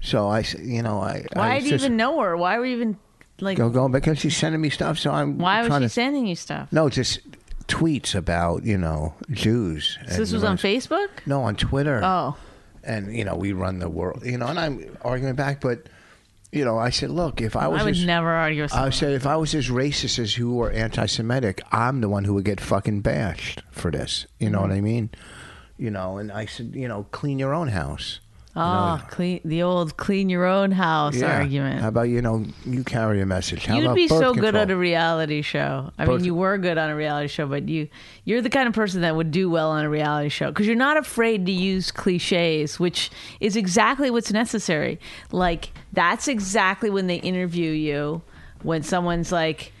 B: So I, s- you know, I. I
C: Mm-hmm. Why
B: was
C: do you
B: just
C: even know her? Why were you even like?
B: go go because she's sending me stuff? So I'm.
C: why was
B: trying
C: she
B: to,
C: sending you stuff?
B: No, just tweets about you know Jews.
C: So this
B: and
C: was on
B: runs-
C: Facebook.
B: No, on Twitter
C: Oh,
B: and you know we run the world you know and i'm arguing back but you know i said look if i was
C: I would
B: as,
C: never argue with
B: i
C: someone.
B: said if i was as racist as you were anti-semitic i'm the one who would get fucking bashed for this you know what i mean you know and i said you know clean your own house
C: Oh, clean the old clean your own house
B: How
C: argument.
B: about you know you carry a message? How
C: You'd
B: about
C: be
B: birth
C: so good
B: control?
C: on a reality show. I mean,
B: Birth-
C: you were good on a reality show, but you you're the kind of person that would do well on a reality show because you're not afraid to use cliches, which is exactly what's necessary. Like that's exactly when they interview you when someone's like,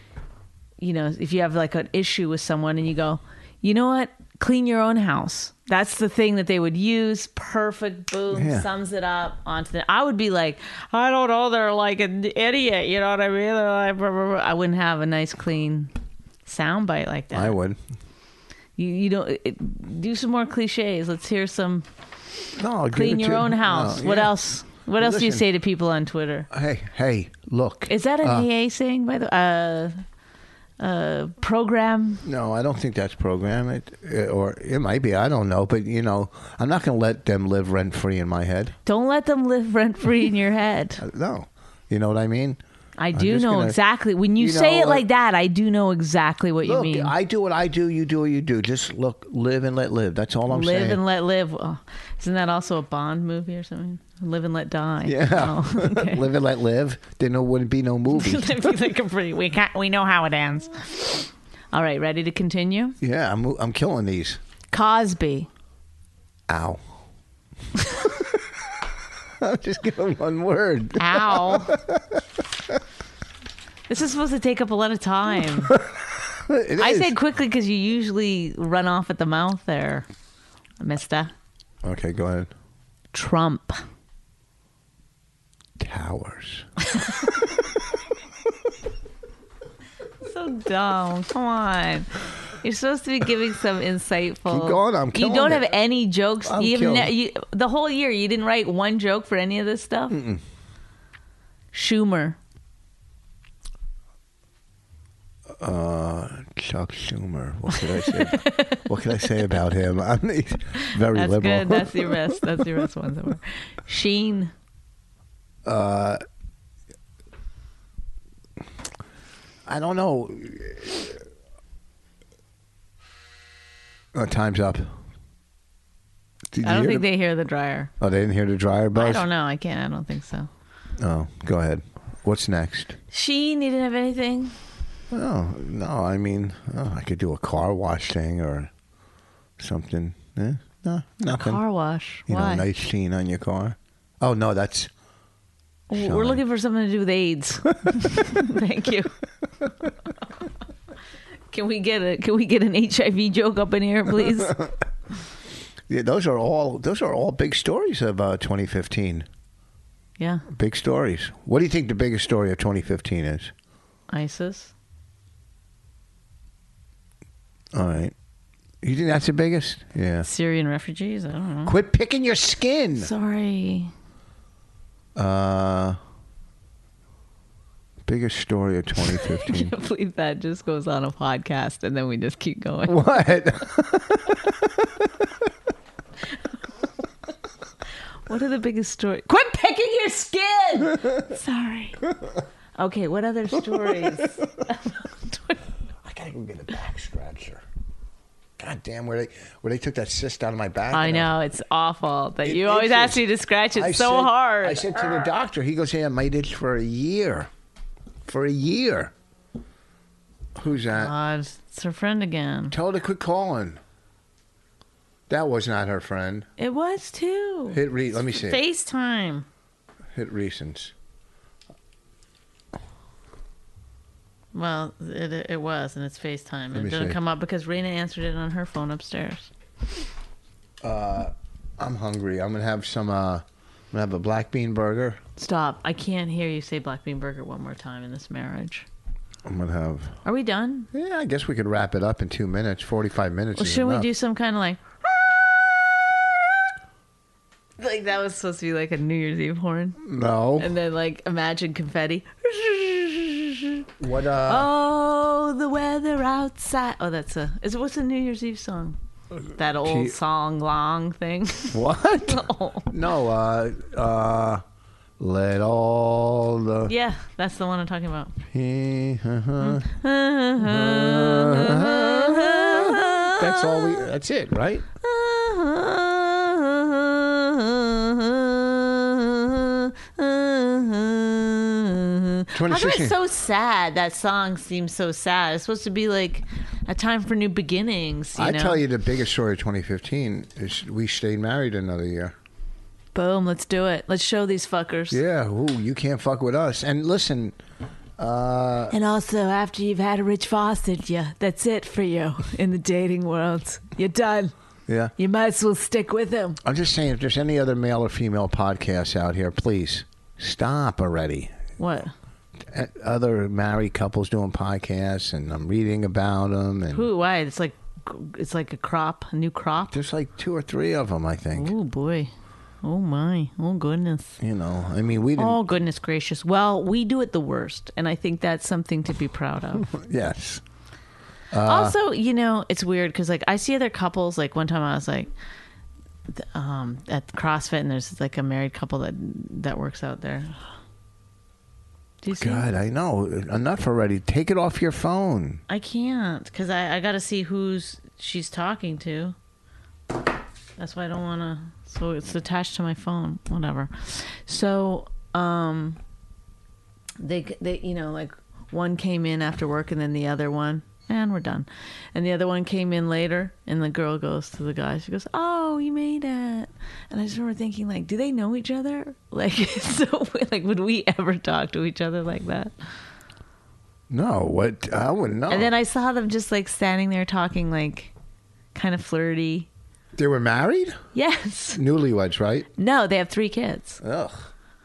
C: you know, if you have like an issue with someone and you go, you know what, clean your own house. That's the thing that they would use. Perfect. Boom.
B: Yeah.
C: Sums it up onto the. I would be like, I don't know. They're like an idiot. You know what I mean? They're like, blah, blah, blah. I wouldn't have a nice clean sound bite like that.
B: I would.
C: you, you don't it, do some more cliches. Let's hear some
B: No, I'll give
C: clean
B: it
C: your
B: to-
C: own
B: no,
C: house. What
B: yeah.
C: else? What else do you
B: Listen.
C: say to people on Twitter?
B: Hey, hey, look.
C: Is that an
B: Uh,
C: AA saying by the uh, uh, program?
B: No, I don't think that's programmed, it, uh, or it might be. I don't know, but you know, I'm not going to let them live rent free in my head.
C: Don't let them live rent free in your head.
B: No, you know what I mean.
C: I
B: I'm
C: do
B: just
C: know
B: gonna-
C: exactly. When you,
B: You
C: say
B: know,
C: it like
B: uh,
C: that, I do know exactly what
B: Look,
C: you mean.
B: I do what I do. You do what you do. Just look, live and let live. That's all I'm
C: live
B: saying.
C: and let live. Oh, isn't that also a Bond movie or something? Live and let die.
B: yeah,
C: Oh, okay.
B: live and let live. Then there wouldn't be no movie.
C: That'd be like a pretty- we can't, we know how it ends. All right, ready to continue?
B: yeah, I'm I'm killing these.
C: Cosby.
B: Ow. I'll just give them one word.
C: Ow. this is supposed to take up a lot of time.
B: It
C: I
B: is.
C: said quickly because you usually run off at the mouth there, Mister
B: Okay, go ahead.
C: Trump.
B: Towers.
C: so dumb. Come on. You're supposed to be giving some insightful.
B: Keep going. I'm
C: You
B: killing
C: don't have
B: it.
C: any jokes.
B: I'm
C: you even,
B: killing it.
C: you, the whole year, you didn't write one joke for any of this stuff. Schumer.
B: Uh, Chuck Schumer. What could I say? what could I say about him? I'm he's very
C: That's
B: liberal.
C: good. That's the best. That's the best ones that were. Sheen.
B: I don't know. Uh, time's up. Did
C: I
B: you
C: don't
B: hear
C: think
B: the-
C: they hear the dryer.
B: Oh, they didn't hear the dryer buzz.
C: I don't know. I can't. I don't think so.
B: Oh, go ahead. What's next?
C: Sheen. You didn't have anything.
B: Oh no, I mean, oh, I could do a car wash thing or something. Eh? No, nothing.
C: Car wash.
B: you know,
C: Why?
B: a nice scene on your car. Oh no, that's
C: We're
B: Shine.
C: looking for something to do with AIDS. Thank you. can we get a can we get an HIV joke up in here, please?
B: yeah, those are all those are all big stories of uh, 2015.
C: yeah.
B: Big stories. What do you think the biggest story of 2015 is?
C: ISIS.
B: All right. You think that's the biggest? Yeah.
C: Syrian refugees. I don't know.
B: Quit picking your skin.
C: Sorry.
B: Uh, biggest story of 2015.
C: I believe that just goes on a podcast and then we just keep going.
B: what?
C: What are the biggest stories? Quit picking your skin. Sorry. Okay, what other stories?
B: I gotta go get a back scratcher. God damn, where they where they took that cyst out of my back.
C: I
B: and
C: know it's awful that
B: It
C: you always
B: itches.
C: ask me to scratch it
B: I
C: so
B: said-
C: hard.
B: I said to the doctor, he goes, "Hey, I might itch for a year, for a year." Who's that?
C: God, it's her friend again.
B: Tell her to quit calling. That was not her friend.
C: It was too.
B: Hit re. Let me see.
C: FaceTime.
B: Hit recents.
C: Well, it, it was, and it's FaceTime. It
B: me
C: didn't
B: see.
C: come up because Rena answered it on her phone upstairs.
B: I'm hungry. I'm gonna have some uh, gonna have a black bean burger.
C: Stop. I can't hear you say black bean burger one more time in this marriage.
B: I'm gonna have.
C: Are we done?
B: Yeah, I guess we could wrap it up in two minutes, forty-five minutes.
C: Well,
B: is
C: should we
B: enough.
C: do some kind of like. Like that was supposed to be like a New Year's Eve horn.
B: No.
C: And then like imagine confetti.
B: What? Uh,
C: Oh, the weather outside. Oh, that's a. Is it what's a New Year's Eve song?
B: Uh,
C: That old
B: Gee-
C: song long thing.
B: What?
C: oh.
B: No. Uh. Uh. Let all the. uh-huh.
C: Yeah, that's the one I'm talking about. Mm-hmm.
B: That's all we. That's it, right?
C: How come
B: 2016.
C: it's so sad? That song seems so sad. It's supposed to be like a time for new beginnings. You
B: I
C: know?
B: tell you, the biggest story of 2015 is we stayed married another year.
C: Boom, let's do it. Let's show these fuckers.
B: Yeah. Ooh, you can't fuck with us. And listen,
C: And also, after you've had a Rich Voss in you, that's it for you in the dating world. You're done.
B: yeah.
C: You might as well stick with him.
B: I'm just saying, if there's any other male or female podcasts out here, please stop already.
C: What?
B: Uh, Other married couples doing podcasts, and I'm reading about them, and
C: Who? Why? It's like it's like a crop, a new crop.
B: there's like two or three of them, I think.
C: Oh boy. Oh my. Oh goodness.
B: You know, I mean, we didn't.
C: Oh goodness gracious. Well, we do it the worst, and I think that's something to be proud of.
B: Yes.
C: also, you know, it's weird because like I see other couples. Like one time, I was like, th- um, at CrossFit, and there's like a married couple that that works out there. Do you see?
B: God, I know. Enough already. Take it off your phone.
C: I can't because I I got to see who's she's talking to. That's why I don't want to. So it's attached to my phone. Whatever. So um, they they you know like one came in after work and then the other one and we're done, and the other one came in later and the girl goes to the guy. She goes, "Oh, you made it," and I just remember thinking like, do they know each other? Like so like would we ever talk to each other like that?
B: No, what? I wouldn't know.
C: And then I saw them just like standing there talking, like kind of flirty.
B: they were married?
C: Yes.
B: Newlyweds, right?
C: No, they have three kids.
B: Ugh.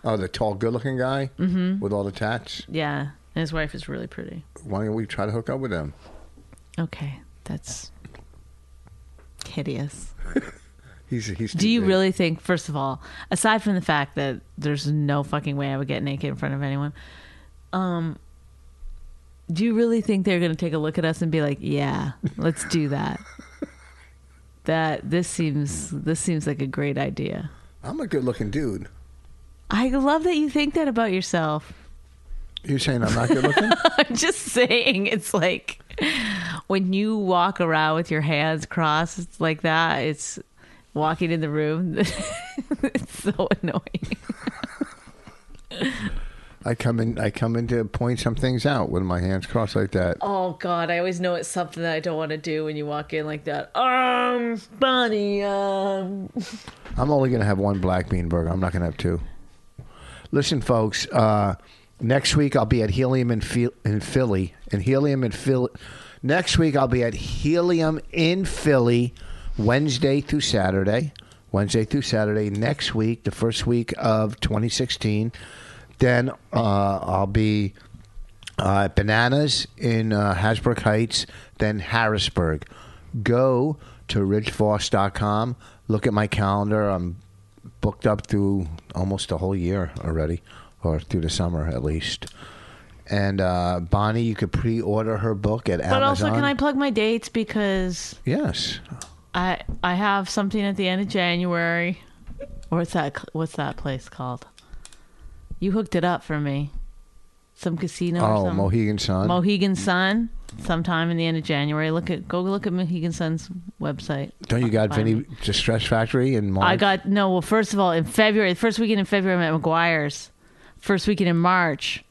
B: Oh, the tall, good looking guy mm-hmm. with all the tats.
C: Yeah. And his wife is really pretty.
B: Why don't we try to hook up with him?
C: Okay. That's hideous.
B: He's, he's
C: Do you
B: too big.
C: really think, first of all, aside from the fact that there's no fucking way I would get naked in front of anyone, um, do you really think they're going to take a look at us and be like, "Yeah, let's do that"? that this seems this seems like a great idea.
B: I'm a good looking dude.
C: I love that you think that about yourself.
B: You're saying I'm not good looking?
C: I'm just saying, it's like when you walk around with your hands crossed like that, it's walking in the room. it's so annoying.
B: I come in. I come in to point some things out with my hands crossed like that.
C: Oh, God. I always know it's something that I don't want to do when you walk in like that. Um, Bonnie, um.
B: I'm only going to have one black bean burger. I'm not going to have two. Listen, folks. Uh, next week I'll be at Helium in, Phil- in Philly. In Helium in Philly. Next week I'll be at Helium in Philly, Wednesday through Saturday. Wednesday through Saturday next week, the first week of 2016. Then uh, I'll be uh, Bananas in uh, Hasbrook Heights, then Harrisburg. Go to richvoss.com. Look at my calendar. I'm booked up through almost the whole year already, or through the summer at least. And uh, Bonnie, you could pre order her book at Amazon.
C: But also, can I plug my dates because
B: Yes.
C: I I have something at the end of January. What's that? What's that place called? You hooked it up for me. Some casino. or
B: Oh,
C: something.
B: Mohegan Sun.
C: Mohegan Sun. Sometime in the end of January. Look at go look at Mohegan Sun's website.
B: Don't you got
C: Find
B: Vinny
C: me.
B: Distress Factory in March?
C: I got no. Well, first of all, in February, the first weekend in February, I'm at McGuire's. First weekend in March,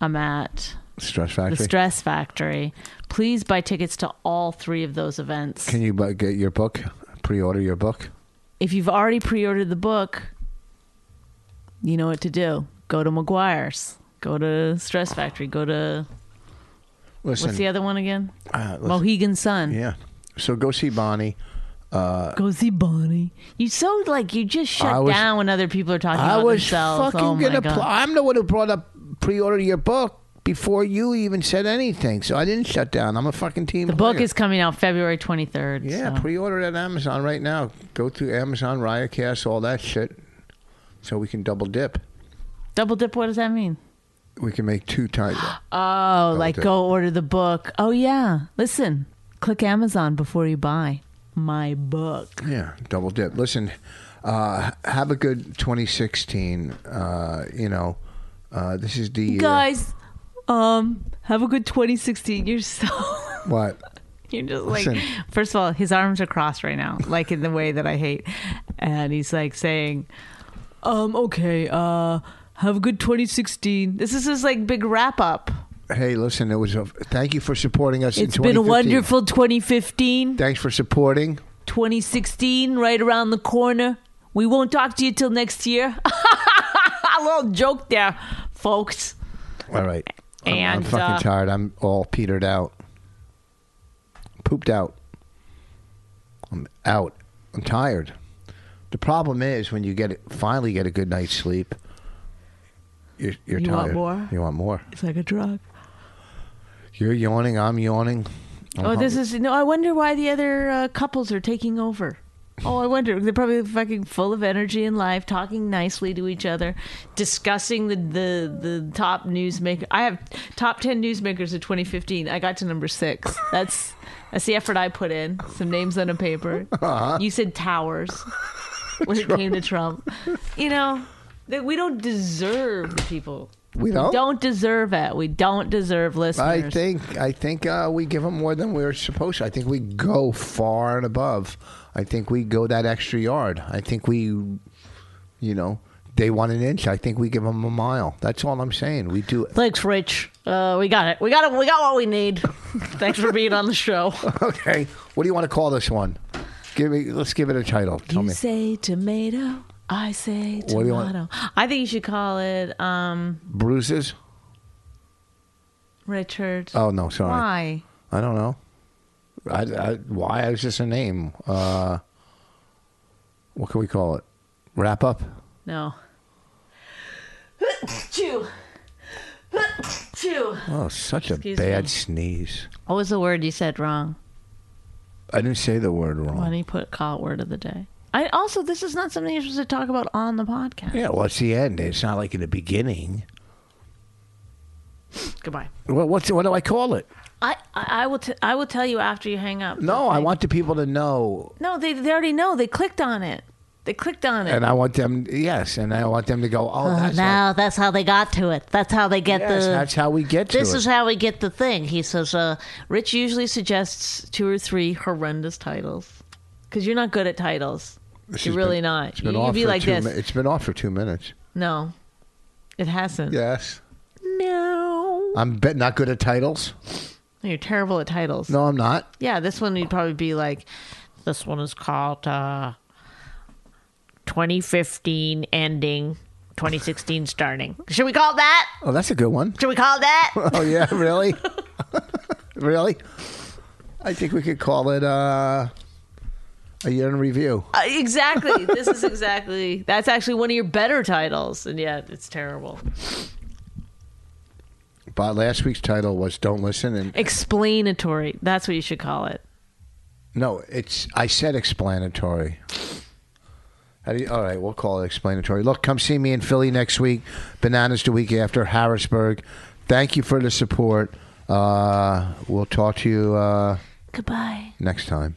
C: I'm at
B: Stress
C: the
B: Factory.
C: Stress Factory. Please buy tickets to all three of those events.
B: Can you bu- get your book? Pre order your book?
C: if you've already pre-ordered the book, you know what to do. Go to McGuire's. Go to Stress Factory. Go to
B: Listen.
C: what's the other one again?
B: uh, listen.
C: Mohegan Sun.
B: Yeah. So go see Bonnie.
C: Go see Bonnie. You so like you just
B: I
C: shut
B: was-
C: down when other people are talking
B: I
C: about
B: was
C: themselves.
B: fucking
C: oh my
B: gonna.
C: god.
B: Pl- I'm the one who brought up pre-order your book before you even said anything. So I didn't shut down. I'm a fucking team.
C: the book is coming out February 23rd.
B: Yeah,
C: so.
B: pre-order at Amazon right now. Go through Amazon, Riotcast, all that shit, so we can double dip.
C: double dip. What does that mean?
B: We can make two times.
C: Oh, like
B: dip.
C: go order the book. Oh yeah. Listen, click Amazon before you buy my book.
B: yeah, double dip. Listen, uh, have a good 2016. Uh, you know, uh, this is the year.
C: Guys, um, have a good 2016. You're so
B: What?
C: you're just like.
B: Listen.
C: First of all, his arms are crossed right now, like in the way that I hate, and he's like saying, "Um, okay, uh, have a good 2016." This is his like big wrap up.
B: Hey, listen. It was a thank you for supporting us.
C: It's
B: in
C: been a
B: 2015.
C: wonderful 2015.
B: Thanks for supporting.
C: 2016 right around the corner. We won't talk to you till next year. a little joke there, folks.
B: All right. I'm- I'm,
C: And,
B: fucking
C: uh,
B: tired. I'm all petered out. Pooped out. I'm out. I'm tired. The problem is when you get it, finally get a good night's sleep, you're, you're
C: You want
B: tired.
C: more?
B: You want more.
C: It's like a drug.
B: You're yawning. I'm yawning. I'm
C: Oh, this
B: hungry.
C: is no. I wonder why the other uh, couples are taking over. Oh, I wonder. They're probably fucking full of energy and life, talking nicely to each other, discussing the the, the top newsmaker. I have top ten newsmakers of 2015. I got to number six. That's that's the effort I put in. Some names on a paper. You said towers when it came to Trump. You know that we don't deserve people.
B: We don't?
C: don't deserve it. We don't deserve listeners.
B: I think I think uh, we give them more than we're supposed to. I think we go far and above. I think we go that extra yard. I think we, you know, they want an inch. I think we give them a mile. That's all I'm saying. We do.
C: Thanks, Rich. Uh, we got it. We got it. We got what we need. Thanks for being on the show.
B: Okay. What do you want to call this one? Give me. Let's give it a title. Tell
C: you
B: me.
C: say tomato. I say
B: do you want?
C: tomato. I think you should call it um,
B: Bruises.
C: Richard.
B: Oh no, sorry.
C: Why?
B: I don't know. I, I, why? It's just a name. Uh, what can we call it? Wrap up.
C: No. Chew. Chew.
B: Oh, such a
C: Excuse
B: bad
C: me.
B: sneeze.
C: What was the word you said wrong?
B: I didn't say the word wrong.
C: Why don't you put call it word of the day? I also this is not something you're supposed to talk about on the podcast.
B: Yeah, well, it's the end. It's not like in the beginning.
C: Goodbye.
B: Well, what's what do I call it?
C: I, I, I will t- I will tell you after you hang up.
B: No, I want the people to know,
C: No, they they already know. They clicked on it. They clicked on it.
B: and I want them. Yes, and I want them to go.
C: Uh,
B: Oh,
F: Oh,
B: that's how,
F: no, that's how they got to it. That's how they get
B: yes,
F: the.
B: that's how we get to
F: this
B: it.
F: is how we get the thing.
C: He says, uh, Rich usually suggests two or three horrendous titles because you're not good at titles.
B: This
C: you're
B: has
C: really
B: been-
C: not.
B: It's been
C: You-
B: off
C: you'd be
B: for
C: like
B: two
C: this.
B: mi- it's been off for two minutes.
C: No, it hasn't.
B: Yes,
C: No.
B: I'm bet not good at titles.
C: You're terrible at titles.
B: No, I'm not.
C: Yeah, this one would probably be like, this one is called uh,
F: 2015 ending, 2016 starting. Should we call it that?
B: Oh, that's a good one.
F: Should we call it that?
B: Oh yeah, really, really. I think we could call it uh, a year in review.
C: Uh, exactly. this is exactly. That's actually one of your better titles, and yet it's terrible.
B: But last week's title was "Don't Listen," and
C: Explanatory. That's what you should call it.
B: No, it's. I said explanatory. How do you, all right, we'll call it explanatory. Look, come see me in Philly next week. Bananas the week after Harrisburg. Thank you for the support. Uh, we'll talk to you uh,
C: Goodbye.
B: next time.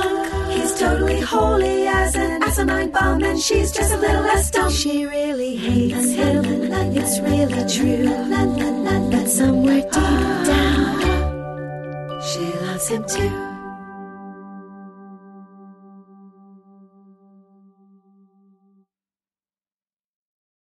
A: He's totally holy as an asinine bomb, and she's just a little less dumb. She really hates him, it's really true. But somewhere deep down, she loves him too.